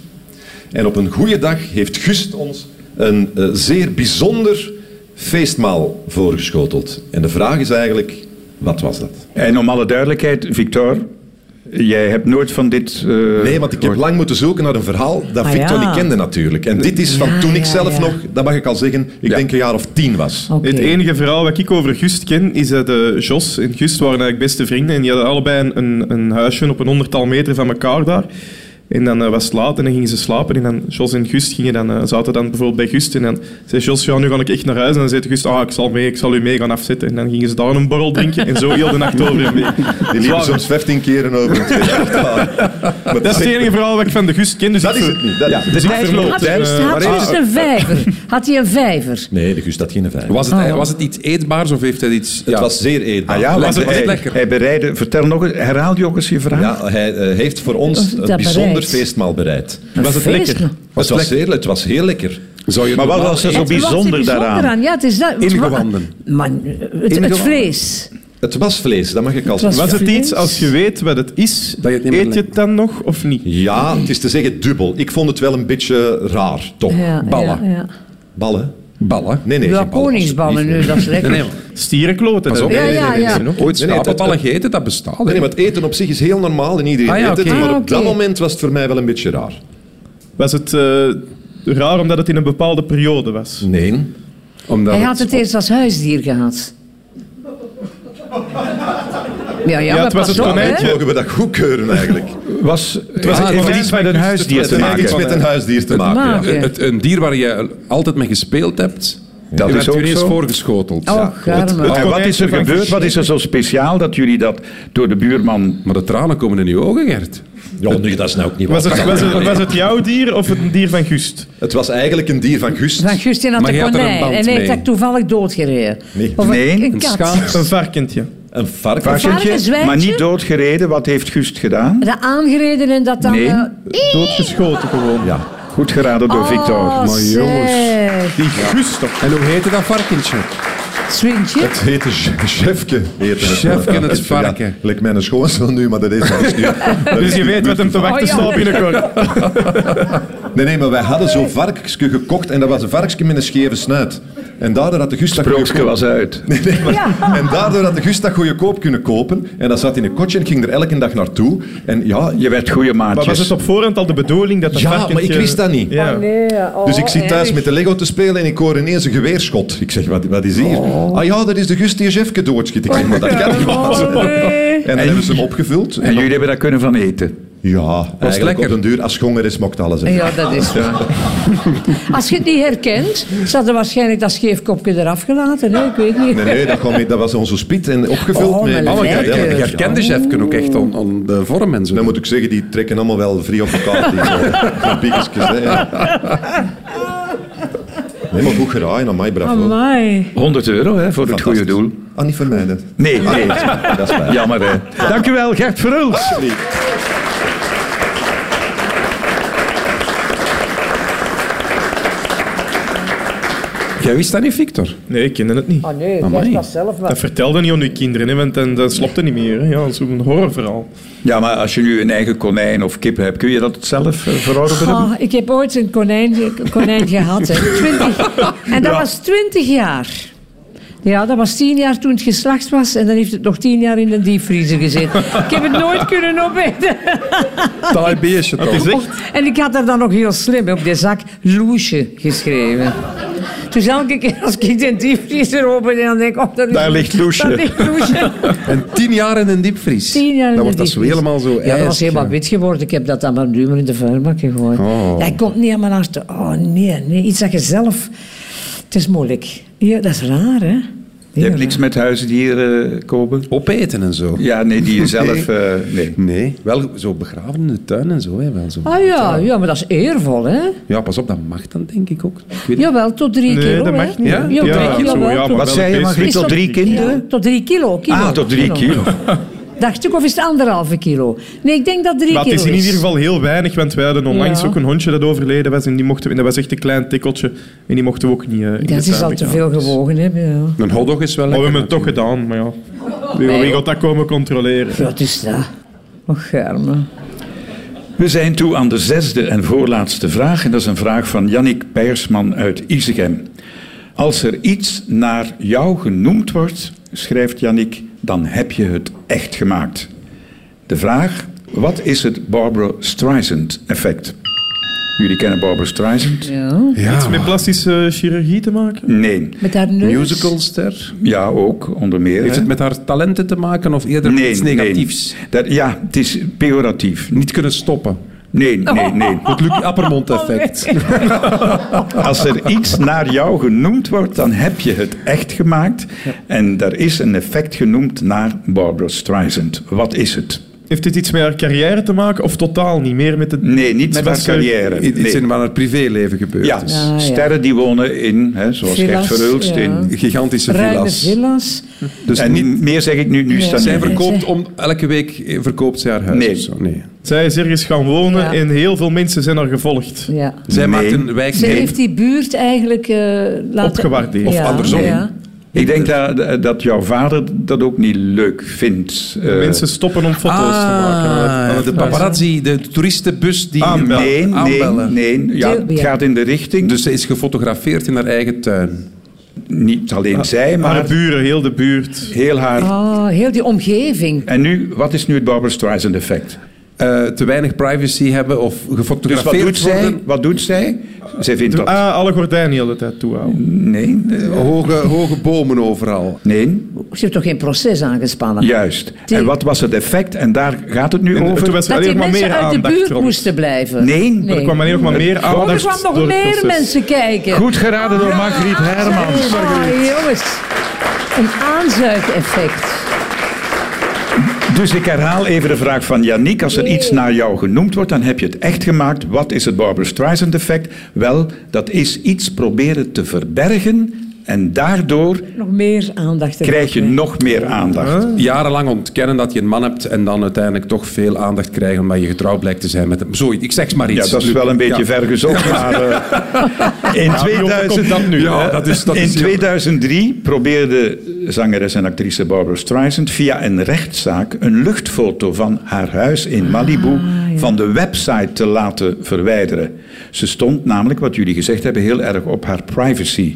Speaker 8: En op een goede dag heeft Gust ons een eh, zeer bijzonder feestmaal voorgeschoteld. En de vraag is eigenlijk, wat was dat?
Speaker 2: En om alle duidelijkheid, Victor, jij hebt nooit van dit... eh,
Speaker 8: Nee, want ik heb lang moeten zoeken naar een verhaal dat
Speaker 4: Ah,
Speaker 8: Victor
Speaker 4: ja.
Speaker 8: niet kende natuurlijk. En dit is van
Speaker 4: Ja,
Speaker 8: toen ik
Speaker 4: ja,
Speaker 8: zelf
Speaker 4: ja.
Speaker 8: nog, dat mag ik al zeggen, ik denk een jaar of tien was.
Speaker 4: Oké.
Speaker 3: Het enige verhaal wat ik over Gust ken, is dat eh, Jos en Gust waren eigenlijk beste vrienden. En die hadden allebei een, een, een huisje op een honderdtal meter van elkaar daar. En dan eh, was het laat en dan gingen ze slapen. En dan Jos en Gust gingen dan, eh, zaten dan bijvoorbeeld bij Gust. En dan zei Jos, ja, nu ga ik echt naar huis. En dan zei Gust, ah, ik zal, mee, ik zal u mee gaan afzetten. En dan gingen ze daar een borrel drinken. En zo heel de nacht over en weer.
Speaker 8: Die liepen soms 15 keren over het gezicht. Maar
Speaker 3: Dat is het enige verhaal wat ik van de Gust ken. Dus
Speaker 8: Dat
Speaker 3: ik
Speaker 8: is
Speaker 3: ver-
Speaker 8: het niet. Dat is het.
Speaker 3: dus ik
Speaker 2: tijd
Speaker 3: verloop.
Speaker 4: Had Gust-
Speaker 3: Eh,
Speaker 4: had Gust een vijver? Had hij een vijver?
Speaker 8: Nee, de Guus dat geen vijf.
Speaker 5: Was het,
Speaker 4: Ah,
Speaker 5: was het iets eetbaars of heeft hij iets...
Speaker 8: Het was zeer eetbaar.
Speaker 2: Ah ja,
Speaker 5: Was
Speaker 2: want
Speaker 5: het- was
Speaker 2: hij,
Speaker 5: het lekker?
Speaker 2: hij bereidde... Vertel nog eens, herhaal je ook eens je vraag.
Speaker 8: Ja, hij eh, heeft voor
Speaker 4: Was
Speaker 8: ons
Speaker 4: het
Speaker 8: een
Speaker 4: dat
Speaker 8: bijzonder
Speaker 4: bereid?
Speaker 8: feestmaal bereid.
Speaker 4: Een
Speaker 3: Was het lekker?
Speaker 4: feestmaal.
Speaker 8: Het was, zeer, het was heel lekker.
Speaker 5: Zou je
Speaker 2: Maar wat was er zo
Speaker 4: Het- wat is er
Speaker 2: bijzonder daaraan?
Speaker 4: Ja, het is dat.
Speaker 5: Ingewanden.
Speaker 4: Maar, eh, het, het
Speaker 5: Ingewanden.
Speaker 4: vlees.
Speaker 8: Het was vlees, dat mag ik al
Speaker 4: was-
Speaker 8: zeggen.
Speaker 3: Was het
Speaker 4: Ja.
Speaker 3: iets, als je weet wat het is,
Speaker 5: Dat je het niet meer
Speaker 3: eet je het dan nog of niet?
Speaker 8: Ja, het is te zeggen dubbel. Ik vond het wel een beetje raar, toch?
Speaker 4: Ja,
Speaker 5: Ballen.
Speaker 4: Ja, ja.
Speaker 8: Ballen?
Speaker 5: Ballen.
Speaker 8: Nee, nee,
Speaker 4: Ja,
Speaker 8: geen ballen,
Speaker 4: koningsballen, dus-
Speaker 8: alsjeblieft.
Speaker 4: nu, dat is lekker.
Speaker 5: Nee, nee, maar
Speaker 3: Stierenkloten.
Speaker 5: pas op.
Speaker 3: hè?
Speaker 4: Ja, ja, ja.
Speaker 5: Ooit
Speaker 8: Nee, nee, het-
Speaker 5: stapelballen gegeten, dat bestaat. hè.
Speaker 8: Nee, nee, maar het eten op zich is heel normaal en iedereen
Speaker 5: Ah, ja,
Speaker 8: eet het,
Speaker 5: oké.
Speaker 8: maar
Speaker 4: Ah,
Speaker 8: op dat
Speaker 4: oké.
Speaker 8: moment was het voor mij wel een beetje raar.
Speaker 3: Was het eh, raar omdat het in een bepaalde periode was?
Speaker 8: Nee.
Speaker 5: Omdat
Speaker 4: Hij had het eerst als huisdier gehad. Ja, ja, maar
Speaker 3: het was
Speaker 4: pas
Speaker 3: het
Speaker 4: op, hè.
Speaker 3: konijntje.
Speaker 8: Mogen we dat goedkeuren eigenlijk?
Speaker 2: Was,
Speaker 3: was
Speaker 2: het
Speaker 3: een
Speaker 2: heeft
Speaker 3: konijn
Speaker 2: iets
Speaker 3: bij
Speaker 2: met een
Speaker 3: Guus,
Speaker 2: huisdier
Speaker 3: het
Speaker 2: te
Speaker 3: was
Speaker 8: Het heeft
Speaker 2: maken?
Speaker 8: niks met een huisdier te maken. ja.
Speaker 4: maken.
Speaker 5: een, het- een dier waar je altijd mee gespeeld hebt,
Speaker 2: Dat
Speaker 5: je
Speaker 2: is
Speaker 5: werd
Speaker 2: ook
Speaker 5: er eens
Speaker 2: zo.
Speaker 5: voorgeschoteld. Ja.
Speaker 4: Och, arme.
Speaker 2: En wat is er
Speaker 3: konijntje van
Speaker 2: gebeurd? Wat is er zo speciaal dat jullie dat door de buurman...
Speaker 5: Maar de tranen komen in je ogen, Gert.
Speaker 8: Ja, nee, dat is nou ook niet
Speaker 3: Was het, was, het, was het jouw dier of een dier van Gust?
Speaker 8: Het was eigenlijk een dier van Gust.
Speaker 4: Van Justin had
Speaker 5: Maar
Speaker 4: een
Speaker 5: je had er een
Speaker 4: konijn
Speaker 5: band
Speaker 4: en
Speaker 5: mee.
Speaker 4: heeft dat toevallig doodgereden.
Speaker 8: Nee.
Speaker 4: Of een,
Speaker 2: Nee,
Speaker 4: een
Speaker 2: een
Speaker 4: kat.
Speaker 5: schaap.
Speaker 3: Een varkentje.
Speaker 8: Een varken.
Speaker 4: varkenswijntje?
Speaker 2: maar niet doodgereden. Wat heeft Gust gedaan?
Speaker 4: Dat aangereden en dat dan...
Speaker 2: Nee.
Speaker 4: eh,
Speaker 3: Doodgeschoten gewoon.
Speaker 8: Ja.
Speaker 2: Goed geraden door
Speaker 4: oh,
Speaker 2: Victor.
Speaker 5: Maar jongens.
Speaker 4: zeg.
Speaker 3: Die Gust toch?
Speaker 5: En hoe heette dat varkentje?
Speaker 4: Swintje.
Speaker 8: Het heette Chefke.
Speaker 5: Chefke, dat is varken.
Speaker 8: Ja, lijkt mijn schoonzoon nu, maar dat is dat is nu. dat
Speaker 3: Dus
Speaker 8: is
Speaker 3: je
Speaker 8: nu
Speaker 3: weet wat hem te
Speaker 8: buurtje.
Speaker 3: wachten
Speaker 4: Oh, ja.
Speaker 3: staat binnenkort.
Speaker 8: Nee, nee, maar wij hadden zo'n varkensje gekocht en dat was een varkensje met een scheve snuit. En daardoor had de Gust dat goeie
Speaker 2: Broekske was uit.
Speaker 8: koop- En daardoor had de Gust dat goede koop kunnen kopen. En dat zat in een kotje en ging er elke dag naartoe. En ja,
Speaker 2: Je werd goede maatjes.
Speaker 3: Maar was het op voorhand al de bedoeling dat dat
Speaker 8: Ja, maar
Speaker 3: varkentje...
Speaker 8: ik wist dat niet.
Speaker 3: Ja.
Speaker 4: Oh,
Speaker 8: Dus ik zit thuis met de Lego te spelen en ik hoor ineens een geweerschot. Ik zeg, wat, wat is hier?
Speaker 4: Oh.
Speaker 8: Ah ja, dat is de Gust die Jeffke doodschiet. Ik zeg, maar dat kan niet waar zijn. En dan hebben ze hem opgevuld.
Speaker 2: En jullie hebben daar kunnen van eten.
Speaker 8: Ja, eigenlijk
Speaker 5: lekker.
Speaker 8: op den duur, als het honger is, mocht alles. hè.
Speaker 4: Eh. Ja, dat is waar. Als je het niet herkent, ze hadden waarschijnlijk dat scheefkopje eraf gelaten. Hè? Ik weet niet.
Speaker 8: Nee, nee, dat, kwam mee, dat was onze spit en opgevuld
Speaker 4: Oh,
Speaker 8: met...
Speaker 4: maar
Speaker 5: Oh, maar
Speaker 4: lekker.
Speaker 5: je,
Speaker 8: Ja,
Speaker 5: je
Speaker 8: ja.
Speaker 5: herkende Chefken ook echt aan, aan de vorm en zo.
Speaker 8: Dan moet ik zeggen, die trekken allemaal wel vrij op elkaar. Die eh, piekjes, hè. Nee, maar goed geraaien, aan mij, bravo.
Speaker 4: Amai.
Speaker 2: 100 euro hè, voor het goede
Speaker 8: Fantastisch.
Speaker 2: doel.
Speaker 8: Ah, niet vermijden.
Speaker 2: Nee, nee.
Speaker 8: Dat is fijn.
Speaker 2: Jammer hè. Dankjewel Gert Verhulst.
Speaker 5: Jij wist dat niet, Victor?
Speaker 3: Nee, ik kende het niet.
Speaker 4: Ah nee,
Speaker 5: Amai.
Speaker 4: jij dat zelf maar.
Speaker 3: Dat vertelde niet aan je kinderen, hè, want dan, dan slopte niet meer. Hè. Ja, dat is een horrorverhaal.
Speaker 2: Ja, maar als je nu een eigen konijn of kip hebt, kun je dat zelf eh, verorberen?
Speaker 4: Ah, ik heb ooit een konijn, een konijn gehad, hè. 20. En dat was 20 jaar. Ja, dat was tien jaar toen het geslacht was en dan heeft het nog tien jaar in een diepvriezer gezeten. Ik heb het nooit kunnen opeten.
Speaker 5: Taai beestje
Speaker 3: Dat
Speaker 5: toch?
Speaker 3: is echt...
Speaker 4: En ik had daar dan nog heel slim op de zak loesje geschreven. Dus elke keer als ik de diepvriezer open en dan denk ik, oh, dat is-
Speaker 2: Daar ligt Loesje.
Speaker 4: Daar ligt loesje.
Speaker 5: En tien jaar in een diepvries.
Speaker 4: Tien jaar in
Speaker 5: dan
Speaker 4: de
Speaker 5: wordt dat zo
Speaker 4: diepvries.
Speaker 5: helemaal zo
Speaker 4: Ja, dat was
Speaker 5: ijzig,
Speaker 4: helemaal
Speaker 5: ja.
Speaker 4: wit geworden. Ik heb dat dan maar nu maar in de vuilbak gegooid.
Speaker 5: Oh.
Speaker 4: Dat komt niet aan mijn hart. Oh nee, nee, iets dat je zelf... Het is moeilijk. Ja, dat is raar, hè?
Speaker 2: Je hebt niks met huisdieren, eh, Kopen?
Speaker 5: Opeten en zo.
Speaker 2: Ja, nee, die je zelf... eh, nee.
Speaker 5: Nee, wel zo begraven in de tuin en zo. Hè, wel zo.
Speaker 4: Ah ja, ja, maar dat is eervol, hè?
Speaker 5: Ja, pas op, dat mag dan denk ik ook. Ik weet
Speaker 4: Jawel, tot drie
Speaker 3: Nee,
Speaker 4: kilo,
Speaker 3: dat
Speaker 4: hè?
Speaker 3: mag niet.
Speaker 5: Ja?
Speaker 4: Jawel,
Speaker 3: Ja,
Speaker 4: jawel,
Speaker 3: zo, ja, maar
Speaker 4: tot-
Speaker 2: Wat
Speaker 3: wel
Speaker 2: zei je,
Speaker 3: een
Speaker 2: Margriet?
Speaker 4: Is
Speaker 2: Tot
Speaker 4: dat-
Speaker 2: drie kinderen?
Speaker 4: Ja, tot drie kilo, kilo.
Speaker 2: Ah, tot drie kilo.
Speaker 4: Dacht ik, of is het anderhalve kilo? Nee, ik denk dat drie
Speaker 3: Maar het
Speaker 4: kilo
Speaker 3: is in ieder geval heel weinig, want wij hadden onlangs
Speaker 4: Ja.
Speaker 3: ook een hondje dat overleden was. En die mochten, en dat was echt een klein tikkeltje. En die mochten we ook niet eh, in de
Speaker 4: Dat is
Speaker 3: tuin
Speaker 4: al te
Speaker 3: begraven.
Speaker 4: veel gewogen, hè? Ja.
Speaker 5: niet. Een hotdog is wel
Speaker 3: Maar we
Speaker 5: lekker
Speaker 3: hebben het toch
Speaker 5: natuurlijk.
Speaker 3: gedaan, maar ja. Wie, wie gaat dat komen controleren?
Speaker 4: Wat is dat? Och, arme.
Speaker 2: We zijn toe aan de zesde en voorlaatste vraag. En dat is een vraag van Jannik Peijersman uit Izegem. Als er iets naar jou genoemd wordt, schrijft Jannik, dan heb je het echt gemaakt. De vraag, wat is het Barbara Streisand effect? Jullie kennen Barbara Streisand?
Speaker 4: Ja.
Speaker 3: Iets
Speaker 5: Ja,
Speaker 3: met plastische eh, chirurgie te maken?
Speaker 2: Nee.
Speaker 4: Met haar neus.
Speaker 5: musicalster.
Speaker 2: Ja, ook, onder meer.
Speaker 5: Heeft
Speaker 2: hè?
Speaker 5: het met haar talenten te maken of eerder
Speaker 2: nee,
Speaker 5: iets
Speaker 2: nee.
Speaker 5: negatiefs?
Speaker 2: Dat, ja, het is pejoratief.
Speaker 5: Niet kunnen stoppen.
Speaker 2: Nee, nee, nee.
Speaker 5: Het Luc Appermond
Speaker 4: Oh,
Speaker 5: effect.
Speaker 2: Als er iets naar jou genoemd wordt, dan heb je het echt gemaakt. En daar is een effect genoemd naar Barbara Streisand. Wat is het?
Speaker 3: Heeft dit iets met haar carrière te maken of totaal niet meer met het...
Speaker 2: Nee, niet
Speaker 3: Met
Speaker 2: met haar
Speaker 3: welke-
Speaker 2: carrière.
Speaker 5: Iets
Speaker 2: Nee.
Speaker 5: in waar het privéleven gebeurt.
Speaker 2: Ja,
Speaker 5: Dus
Speaker 4: ja.
Speaker 2: sterren die wonen in, hè, zoals Gert
Speaker 4: Villa's,
Speaker 2: Verhulst.
Speaker 4: ja.
Speaker 2: In,
Speaker 5: Gigantische
Speaker 4: Ruime
Speaker 5: villa's.
Speaker 4: villas.
Speaker 5: Dus
Speaker 2: en
Speaker 5: niet,
Speaker 2: niet, meer zeg ik nu, nu
Speaker 4: Nee.
Speaker 2: staan
Speaker 5: zij
Speaker 4: Nee,
Speaker 5: verkoopt om, elke week eh, verkoopt zij haar huis
Speaker 2: Nee.
Speaker 5: of zo. Nee.
Speaker 3: Zij is ergens gaan wonen
Speaker 4: Ja.
Speaker 3: en heel veel mensen zijn haar gevolgd.
Speaker 4: Ja.
Speaker 5: Zij
Speaker 2: Nee.
Speaker 5: maakt een wijk
Speaker 4: Ze heeft die buurt eigenlijk eh laten...
Speaker 3: Opgewaardeerd.
Speaker 5: Of andersom.
Speaker 4: Ja.
Speaker 2: Ik denk dat, dat jouw vader dat ook niet leuk vindt. Eh,
Speaker 3: Mensen stoppen om foto's te maken. aan
Speaker 5: Ah,
Speaker 3: het-
Speaker 5: de paparazzi, de toeristenbus die
Speaker 3: Aanbellen.
Speaker 2: Ah, Nee, nee,
Speaker 5: aanbellen.
Speaker 2: nee. Ja, het
Speaker 4: Ja.
Speaker 2: gaat in de richting.
Speaker 5: Dus
Speaker 2: Dus
Speaker 5: ze is gefotografeerd in haar eigen tuin.
Speaker 2: niet
Speaker 5: Ah,
Speaker 2: alleen zij,
Speaker 3: Haar
Speaker 2: maar
Speaker 3: buren, heel de buurt.
Speaker 2: heel haar.
Speaker 4: Ah, heel die omgeving.
Speaker 2: En nu, wat is nu het Barbara Streisand effect?
Speaker 5: Eh, te weinig privacy hebben of
Speaker 2: Dus wat
Speaker 5: gefotografeerd
Speaker 2: doet
Speaker 5: worden.
Speaker 2: zij? Wat doet zij? Zij vindt dat...
Speaker 3: Ah, alle gordijnen de hele tijd toehouden.
Speaker 2: Nee, eh,
Speaker 5: Hoge, hoge bomen overal.
Speaker 2: nee,
Speaker 4: Ze heeft toch geen proces aangespannen?
Speaker 2: juist.
Speaker 4: Die-
Speaker 2: En wat was het effect? En daar gaat het nu
Speaker 3: En eh, Toen
Speaker 2: over.
Speaker 3: was er
Speaker 4: Dat die
Speaker 3: alleen maar
Speaker 4: mensen
Speaker 3: meer
Speaker 4: uit de
Speaker 3: aandacht
Speaker 4: buurt
Speaker 3: rond.
Speaker 4: moesten blijven.
Speaker 2: Nee,
Speaker 3: Maar Er kwam alleen nog maar meer aandacht
Speaker 4: Oh, er kwamen nog
Speaker 3: door het
Speaker 4: meer
Speaker 3: proces.
Speaker 4: mensen kijken.
Speaker 2: Goed geraden door Margriet Hermans.
Speaker 4: Ah, jongens. Een aanzuigeffect.
Speaker 2: Dus ik herhaal even de vraag van Yannick. Als er iets naar jou genoemd wordt, dan heb je het echt gemaakt. Wat is het Barbara Streisand effect? Wel, dat is iets proberen te verbergen. En daardoor
Speaker 4: Nog meer aandacht. erbij.
Speaker 2: krijg je nog meer aandacht.
Speaker 5: Ah. Jarenlang ontkennen dat je een man hebt en dan uiteindelijk toch veel aandacht krijgen omdat je getrouwd blijkt te zijn met hem. Zoiets, ik zeg maar iets.
Speaker 2: Ja, dat is
Speaker 5: Luc.
Speaker 2: wel een beetje
Speaker 5: Ja.
Speaker 2: ver gezocht, maar eh, in,
Speaker 3: wie overkomt
Speaker 2: 2000,
Speaker 3: dat nu,
Speaker 5: Ja,
Speaker 2: eh,
Speaker 5: dat is- dat
Speaker 2: in
Speaker 5: is heel-
Speaker 2: 2003 probeerde zangeres en actrice Barbara Streisand via een rechtszaak een luchtfoto van haar huis in Malibu van de website te laten verwijderen. Ze stond namelijk, wat jullie gezegd hebben, heel erg op haar privacy.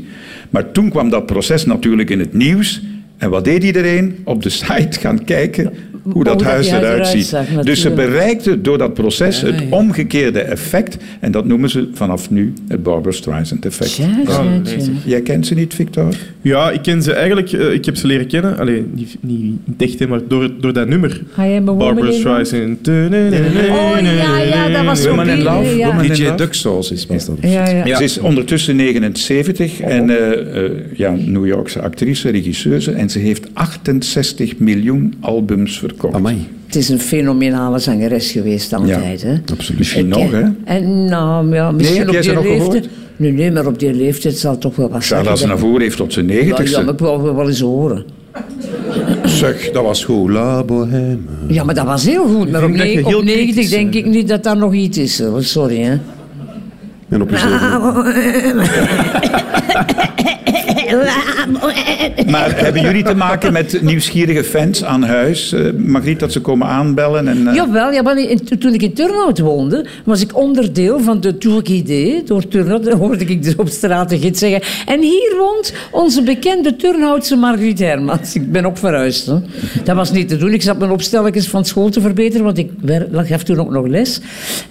Speaker 2: Maar toen kwam dat proces natuurlijk in het nieuws. En wat deed iedereen? Op de site gaan kijken hoe dat
Speaker 4: dat
Speaker 2: huis
Speaker 4: die huis
Speaker 2: eruit
Speaker 4: eruit
Speaker 2: ziet.
Speaker 4: zag,
Speaker 2: Dus ze
Speaker 4: natuurlijk.
Speaker 2: bereikte door dat proces het omgekeerde effect. En dat noemen ze vanaf nu het Barbara Streisand effect.
Speaker 4: Ja, ja, ja.
Speaker 2: Jij kent ze niet, Victor?
Speaker 3: Ja, ik ken ze eigenlijk... eh, ik heb ze leren kennen. Alleen niet, niet echt, hè, maar door, door dat nummer.
Speaker 4: I am a woman
Speaker 3: Barbara
Speaker 4: in love.
Speaker 3: Streisand.
Speaker 4: Oh ja, ja, dat was ook
Speaker 2: Women in
Speaker 4: die,
Speaker 2: love,
Speaker 4: ja.
Speaker 2: women in
Speaker 5: DJ
Speaker 2: love.
Speaker 5: Ducksaus is was dat.
Speaker 4: Ja, ja.
Speaker 5: Ja.
Speaker 2: Ze is ondertussen 79 en eh, eh, ja, New Yorkse actrice, regisseuse. En ze heeft 68 miljoen albums verkocht.
Speaker 5: Amai.
Speaker 4: Het is een fenomenale zangeres geweest altijd. Hè?
Speaker 2: absoluut. Misschien nog, hè?
Speaker 4: En nou, ja,
Speaker 2: heb
Speaker 4: misschien
Speaker 2: jij
Speaker 4: op
Speaker 2: ze
Speaker 4: die
Speaker 2: nog
Speaker 4: leeftijd.
Speaker 2: gehoord?
Speaker 4: Nee, nee, maar op die leeftijd zal het toch wel wat
Speaker 2: Charles
Speaker 4: zakken.
Speaker 2: Navour heeft tot zijn
Speaker 4: Ja, ja, maar
Speaker 2: 90ste.
Speaker 4: ik wou wel eens horen.
Speaker 5: Zeg, dat was goed. La Bohème.
Speaker 4: Ja, maar dat was heel goed. Maar op,
Speaker 3: vind dat
Speaker 2: eh,
Speaker 4: ne-
Speaker 3: je heel
Speaker 4: op 90
Speaker 3: kritisch
Speaker 4: denk ik niet dat dat nog iets is. hoor. Sorry, hè.
Speaker 8: En op jezelf.
Speaker 2: Maar hebben jullie te maken met nieuwsgierige fans aan huis? Eh, Margriet, dat ze komen aanbellen en... eh,
Speaker 4: Jawel, jawel in- to- toen ik in Turnhout woonde, was ik onderdeel van de Tourguidé. Door Turnhout Dan hoorde ik dus op straat de gids zeggen. En hier woont onze bekende Turnhoutse Margriet Hermans. Ik ben ook verhuisd. Hè. Dat was niet te doen. Ik zat mijn opstelletjes van school te verbeteren, want ik wer- ik gaf toen ook nog les.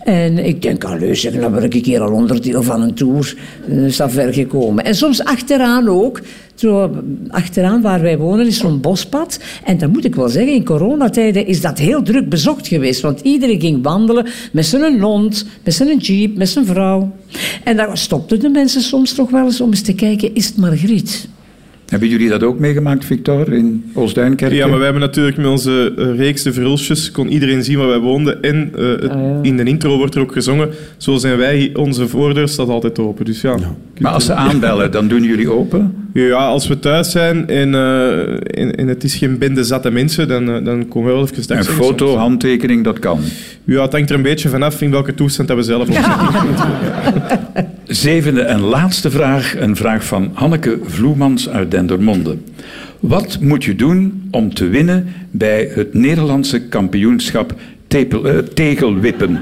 Speaker 4: En ik denk, allee, zeg, dan ben ik hier al onderdeel van een tour. Dat is dat ver gekomen. En soms achteraan ook. Zo, achteraan waar wij wonen is zo'n bospad. En dat moet ik wel zeggen, in coronatijden is dat heel druk bezocht geweest. Want iedereen ging wandelen met zijn hond, met zijn jeep, met zijn vrouw. En daar stopten de mensen soms toch wel eens om eens te kijken, is het Margriet?
Speaker 2: Hebben jullie dat ook meegemaakt, Victor, in Oostduinkerken?
Speaker 3: Ja, maar wij hebben natuurlijk met onze eh, reeks De Verhulsjes kon iedereen zien waar wij woonden. En eh, het-
Speaker 4: Ah, ja.
Speaker 3: in de intro wordt er ook gezongen, zo zijn wij, onze voordeur staat altijd open. Dus ja.
Speaker 2: Maar als ze aanbellen, dan doen jullie open?
Speaker 3: Ja, als we thuis zijn en, eh, en, en het is geen bende zatte mensen, dan, eh, dan komen we wel even
Speaker 2: Een
Speaker 3: thuis.
Speaker 2: foto, handtekening, dat kan.
Speaker 3: Ja, het hangt er een beetje vanaf in welke toestand dat we zelf op zijn.
Speaker 2: Zevende en laatste vraag, een vraag van Hanneke Vloemans uit Dendermonde. Wat moet je doen om te winnen bij het Nederlandse kampioenschap tepel- eh, tegelwippen?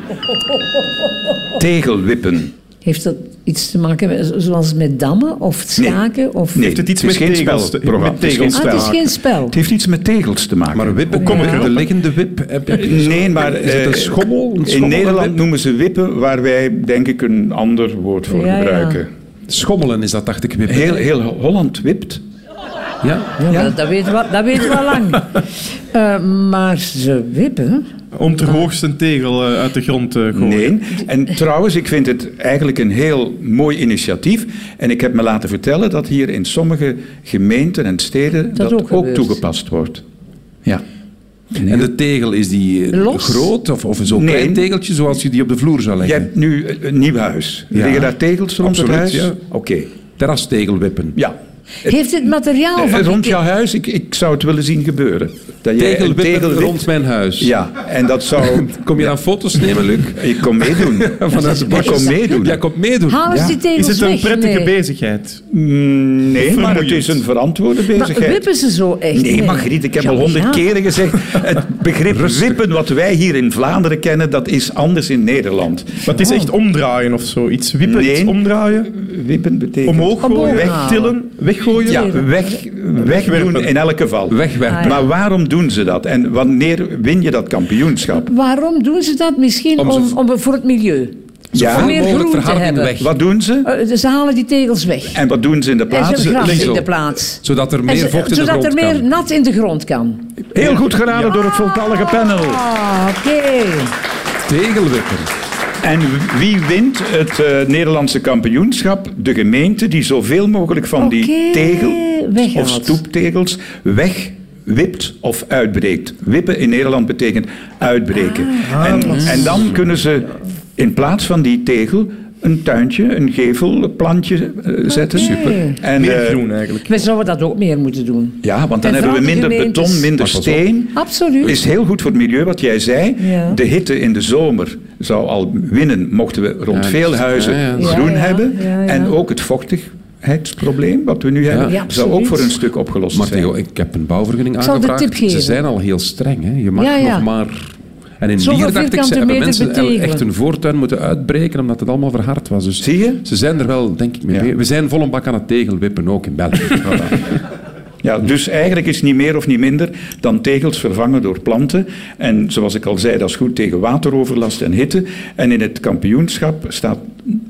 Speaker 2: Tegelwippen.
Speaker 4: Heeft dat iets te maken met, zo- zoals met dammen of het schaken? Of...
Speaker 2: Nee,
Speaker 3: Heeft het iets
Speaker 2: is
Speaker 3: met
Speaker 2: geen
Speaker 3: tegels te-
Speaker 2: spelprogramma.
Speaker 3: met
Speaker 2: Het is geen
Speaker 3: tegels
Speaker 4: Ah, het is geen spel.
Speaker 2: Het heeft iets met tegels te maken.
Speaker 5: Maar wippen, kom
Speaker 4: Ja.
Speaker 5: ik de liggende wip. Heb je-
Speaker 2: Nee, maar
Speaker 5: Is het
Speaker 2: eh,
Speaker 5: een schommel? Een
Speaker 2: in
Speaker 5: schommelende
Speaker 2: Nederland
Speaker 5: wip?
Speaker 2: noemen ze wippen, waar wij denk ik een ander woord voor
Speaker 4: Ja, ja.
Speaker 2: gebruiken.
Speaker 5: Schommelen is dat, dacht ik. Wippen.
Speaker 2: Heel, heel Holland wipt.
Speaker 5: Ja.
Speaker 4: Ja, Dat, dat weten we, dat weten we al lang. Eh, maar ze wippen.
Speaker 3: Om ter hoogste een tegel eh, uit de grond te gooien.
Speaker 2: Nee. En trouwens, ik vind het eigenlijk een heel mooi initiatief. En ik heb me laten vertellen dat hier in sommige gemeenten en steden dat,
Speaker 4: Dat ook
Speaker 2: ook,
Speaker 4: gebeurt.
Speaker 2: toegepast wordt. Ja.
Speaker 5: En de tegel, is die eh,
Speaker 4: Los?
Speaker 5: groot of, of zo'n
Speaker 2: Nee.
Speaker 5: klein tegeltje zoals je die op de vloer zou
Speaker 2: Jij
Speaker 5: leggen?
Speaker 2: hebt nu een een nieuw huis.
Speaker 5: Ja.
Speaker 2: Liggen daar tegels rond
Speaker 5: Absoluut,
Speaker 2: het huis?
Speaker 5: ja. Oh,
Speaker 2: Oké.
Speaker 5: Terrastegelwippen.
Speaker 2: Ja. Eh,
Speaker 4: Heeft het materiaal van...
Speaker 2: Rond jouw huis, ik, ik zou het willen zien gebeuren. Dat jij een
Speaker 5: Tegelwippen
Speaker 2: tegel wipt.
Speaker 5: rond mijn huis.
Speaker 2: Ja, en dat zou...
Speaker 5: Kom je dan foto's nemen, Luc?
Speaker 2: Ik kom meedoen.
Speaker 5: Vanuit de
Speaker 2: Ik kom meedoen.
Speaker 5: Ja, kom meedoen.
Speaker 4: Halen ze
Speaker 5: Ja.
Speaker 4: die tegels
Speaker 3: Is het een
Speaker 4: weg?
Speaker 3: prettige
Speaker 4: Nee.
Speaker 3: bezigheid?
Speaker 2: Mm, Nee, maar het is een verantwoorde
Speaker 4: Maar
Speaker 2: bezigheid.
Speaker 4: wippen ze zo echt?
Speaker 2: Nee, Margriet, ik heb al honderd
Speaker 4: keer.
Speaker 2: keren gezegd. Het begrip wippen, wat wij hier in Vlaanderen kennen, dat is anders in Nederland.
Speaker 3: Maar het is echt omdraaien of zo. Iets wippen,
Speaker 2: Nee.
Speaker 3: iets omdraaien.
Speaker 2: Wippen betekent...
Speaker 3: Omhoog gooien,
Speaker 4: Omhoog
Speaker 3: wegtillen, weggooien.
Speaker 2: Ja, weg, wegdoen in elk geval.
Speaker 4: Ah,
Speaker 5: Wegwerpen.
Speaker 2: Maar waarom doen ze dat? En wanneer win je dat kampioenschap?
Speaker 4: Waarom doen ze dat? Misschien
Speaker 5: Om
Speaker 4: om,
Speaker 5: ze-
Speaker 4: om, voor het milieu.
Speaker 2: Ja,
Speaker 4: Om meer
Speaker 5: mogelijk
Speaker 4: groen te
Speaker 5: verharding
Speaker 4: hebben.
Speaker 5: weg.
Speaker 2: Wat doen ze?
Speaker 4: Eh, ze halen die tegels weg.
Speaker 2: En wat doen ze in de
Speaker 4: en
Speaker 2: plaats?
Speaker 4: ze gras
Speaker 5: links
Speaker 4: in de
Speaker 5: op.
Speaker 4: plaats.
Speaker 5: Zodat er
Speaker 4: En
Speaker 5: meer
Speaker 4: ze-
Speaker 5: vocht in de
Speaker 4: zodat
Speaker 5: grond
Speaker 4: er meer
Speaker 5: kan.
Speaker 4: nat in de grond kan.
Speaker 2: Heel goed geraden door het voltallige panel.
Speaker 4: Ah, oké.
Speaker 5: Tegelwippen.
Speaker 2: En wie wint het eh, Nederlandse kampioenschap? De gemeente die zoveel mogelijk van die
Speaker 4: Oké,
Speaker 2: tegel
Speaker 4: weghaalt.
Speaker 2: of stoeptegels wegwipt of uitbreekt. Wippen in Nederland betekent uitbreken.
Speaker 4: Ah,
Speaker 2: en, en dan kunnen ze in plaats van die tegel een tuintje, een gevel, een plantje eh, zetten.
Speaker 4: Super.
Speaker 2: En,
Speaker 3: Meer
Speaker 2: eh,
Speaker 3: groen eigenlijk.
Speaker 4: We zouden dat ook meer moeten doen.
Speaker 2: ja, want dan
Speaker 4: En
Speaker 2: hebben we
Speaker 4: vooral de
Speaker 2: minder
Speaker 4: gemeentes.
Speaker 2: beton, minder
Speaker 5: pas op.
Speaker 2: steen.
Speaker 4: Absoluut.
Speaker 2: Is heel goed voor het milieu, wat jij zei.
Speaker 4: Ja.
Speaker 2: De hitte in de zomer zou al winnen, mochten we rond
Speaker 5: Ja,
Speaker 2: veel
Speaker 5: ja,
Speaker 2: huizen
Speaker 5: ja.
Speaker 2: groen
Speaker 4: Ja, ja,
Speaker 2: hebben.
Speaker 4: ja, ja.
Speaker 2: En ook het vochtigheidsprobleem, wat we nu hebben,
Speaker 4: Ja,
Speaker 2: zou ook
Speaker 4: absoluut.
Speaker 2: voor een stuk opgelost
Speaker 5: Maar
Speaker 2: zijn.
Speaker 5: Theo, ik heb een bouwvergunning
Speaker 4: zal de
Speaker 5: aangevraagd.
Speaker 4: tip geven.
Speaker 5: Ze zijn al heel streng. Hè? Je mag
Speaker 4: Ja, ja.
Speaker 5: nog maar... En in
Speaker 4: Zoveel
Speaker 5: Lier, dacht ik, ze
Speaker 4: vierkante
Speaker 5: hebben
Speaker 4: meter
Speaker 5: mensen
Speaker 4: betegelen.
Speaker 5: echt hun voortuin moeten uitbreken omdat het allemaal verhard was. Dus
Speaker 2: Zie je?
Speaker 5: Ze zijn er wel, denk ik, mee
Speaker 2: Ja.
Speaker 5: bezig. We zijn vol een bak aan het tegelwippen, ook in België.
Speaker 2: Ja, dus eigenlijk is niet meer of niet minder dan tegels vervangen door planten. En zoals ik al zei, dat is goed tegen wateroverlast en hitte. En in het kampioenschap staat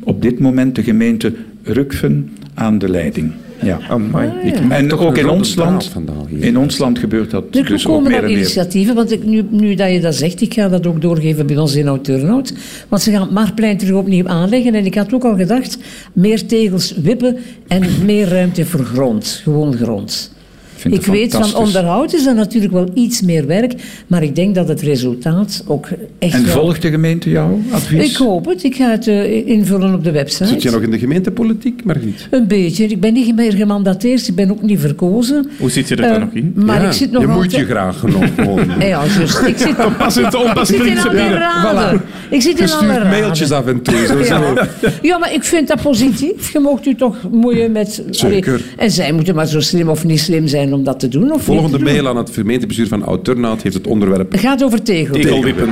Speaker 2: op dit moment de gemeente Rukven aan de leiding. Ja.
Speaker 3: Amai.
Speaker 4: Ah,
Speaker 2: En
Speaker 5: toch
Speaker 2: ook
Speaker 5: een
Speaker 2: in
Speaker 5: rode
Speaker 2: ons
Speaker 5: draad
Speaker 2: land,
Speaker 5: vandaag hier.
Speaker 2: in ons land gebeurt dat
Speaker 4: Er
Speaker 2: dus ook
Speaker 4: komen
Speaker 2: meer
Speaker 4: er
Speaker 2: en meer.
Speaker 4: initiatieven, want ik, nu, nu dat je dat zegt, ik ga dat ook doorgeven bij ons in Oud-Turnhout. Want ze gaan het Marktplein terug opnieuw aanleggen. En ik had ook al gedacht, meer tegels wippen en meer ruimte voor grond. Gewoon grond.
Speaker 2: vind
Speaker 4: Ik
Speaker 2: het
Speaker 4: weet, van
Speaker 2: fantastisch.
Speaker 4: onderhoud is er natuurlijk wel iets meer werk, maar ik denk dat het resultaat ook echt
Speaker 2: En
Speaker 4: wel-
Speaker 2: volgt de gemeente jouw advies?
Speaker 4: Ik hoop het. Ik ga het eh, invullen op de website.
Speaker 5: Zit je nog in de gemeentepolitiek, Margriet?
Speaker 4: Een beetje. Ik ben niet meer gemandateerd. Ik ben ook niet verkozen.
Speaker 3: Hoe zit je er dan
Speaker 4: Eh,
Speaker 3: nog in?
Speaker 4: Maar
Speaker 5: Ja,
Speaker 4: ik zit nog
Speaker 5: Je
Speaker 4: altijd...
Speaker 5: moet je graag genoeg
Speaker 4: Eh,
Speaker 5: worden.
Speaker 4: Ja, juist. Ik zit,
Speaker 3: Pas het om, pas
Speaker 4: ik zit in
Speaker 3: vriendschap.
Speaker 4: alle raden. Ik zit
Speaker 5: Je
Speaker 4: in alle
Speaker 5: stuurt
Speaker 4: raden.
Speaker 5: mailtjes af en toe. Zo zijn we.
Speaker 4: Ja, maar ik vind dat positief. Je mocht u toch moeien met...
Speaker 5: Zeker.
Speaker 4: Allee, en zij moeten maar zo slim of niet slim zijn om dat te doen. Of
Speaker 5: Volgende
Speaker 4: niet te
Speaker 5: mail aan het gemeentebestuur van Oud-Turnhout heeft het onderwerp...
Speaker 4: doen. gaat over tegel.
Speaker 3: Tegelwippen.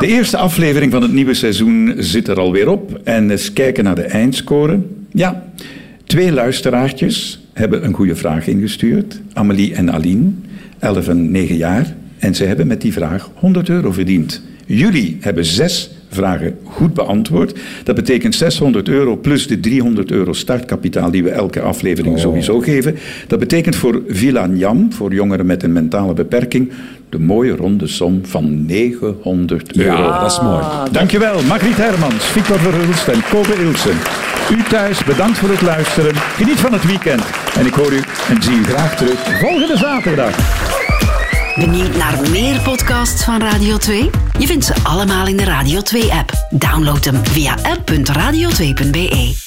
Speaker 2: De eerste aflevering van het nieuwe seizoen zit er alweer op. En eens kijken naar de eindscore. Ja, twee luisteraartjes hebben een goede vraag ingestuurd. Amelie en Aline, 11 en 9 jaar. En ze hebben met die vraag 100 euro verdiend. Jullie hebben zes vragen goed beantwoord. Dat betekent 600 euro plus de 300 euro startkapitaal die we elke aflevering sowieso geven. Dat betekent voor Villa Njam, voor jongeren met een mentale beperking, de mooie ronde som van 900 euro.
Speaker 5: Ja, dat is mooi.
Speaker 2: Dankjewel, Margriet Hermans, Victor Verhulst en Kobe Ilsen. U thuis, bedankt voor het luisteren. Geniet van het weekend. En ik hoor u en zie u graag terug volgende zaterdag.
Speaker 9: Benieuwd naar meer podcasts van Radio 2? Je vindt ze allemaal in de Radio 2-app. Download hem via app.radio2.be.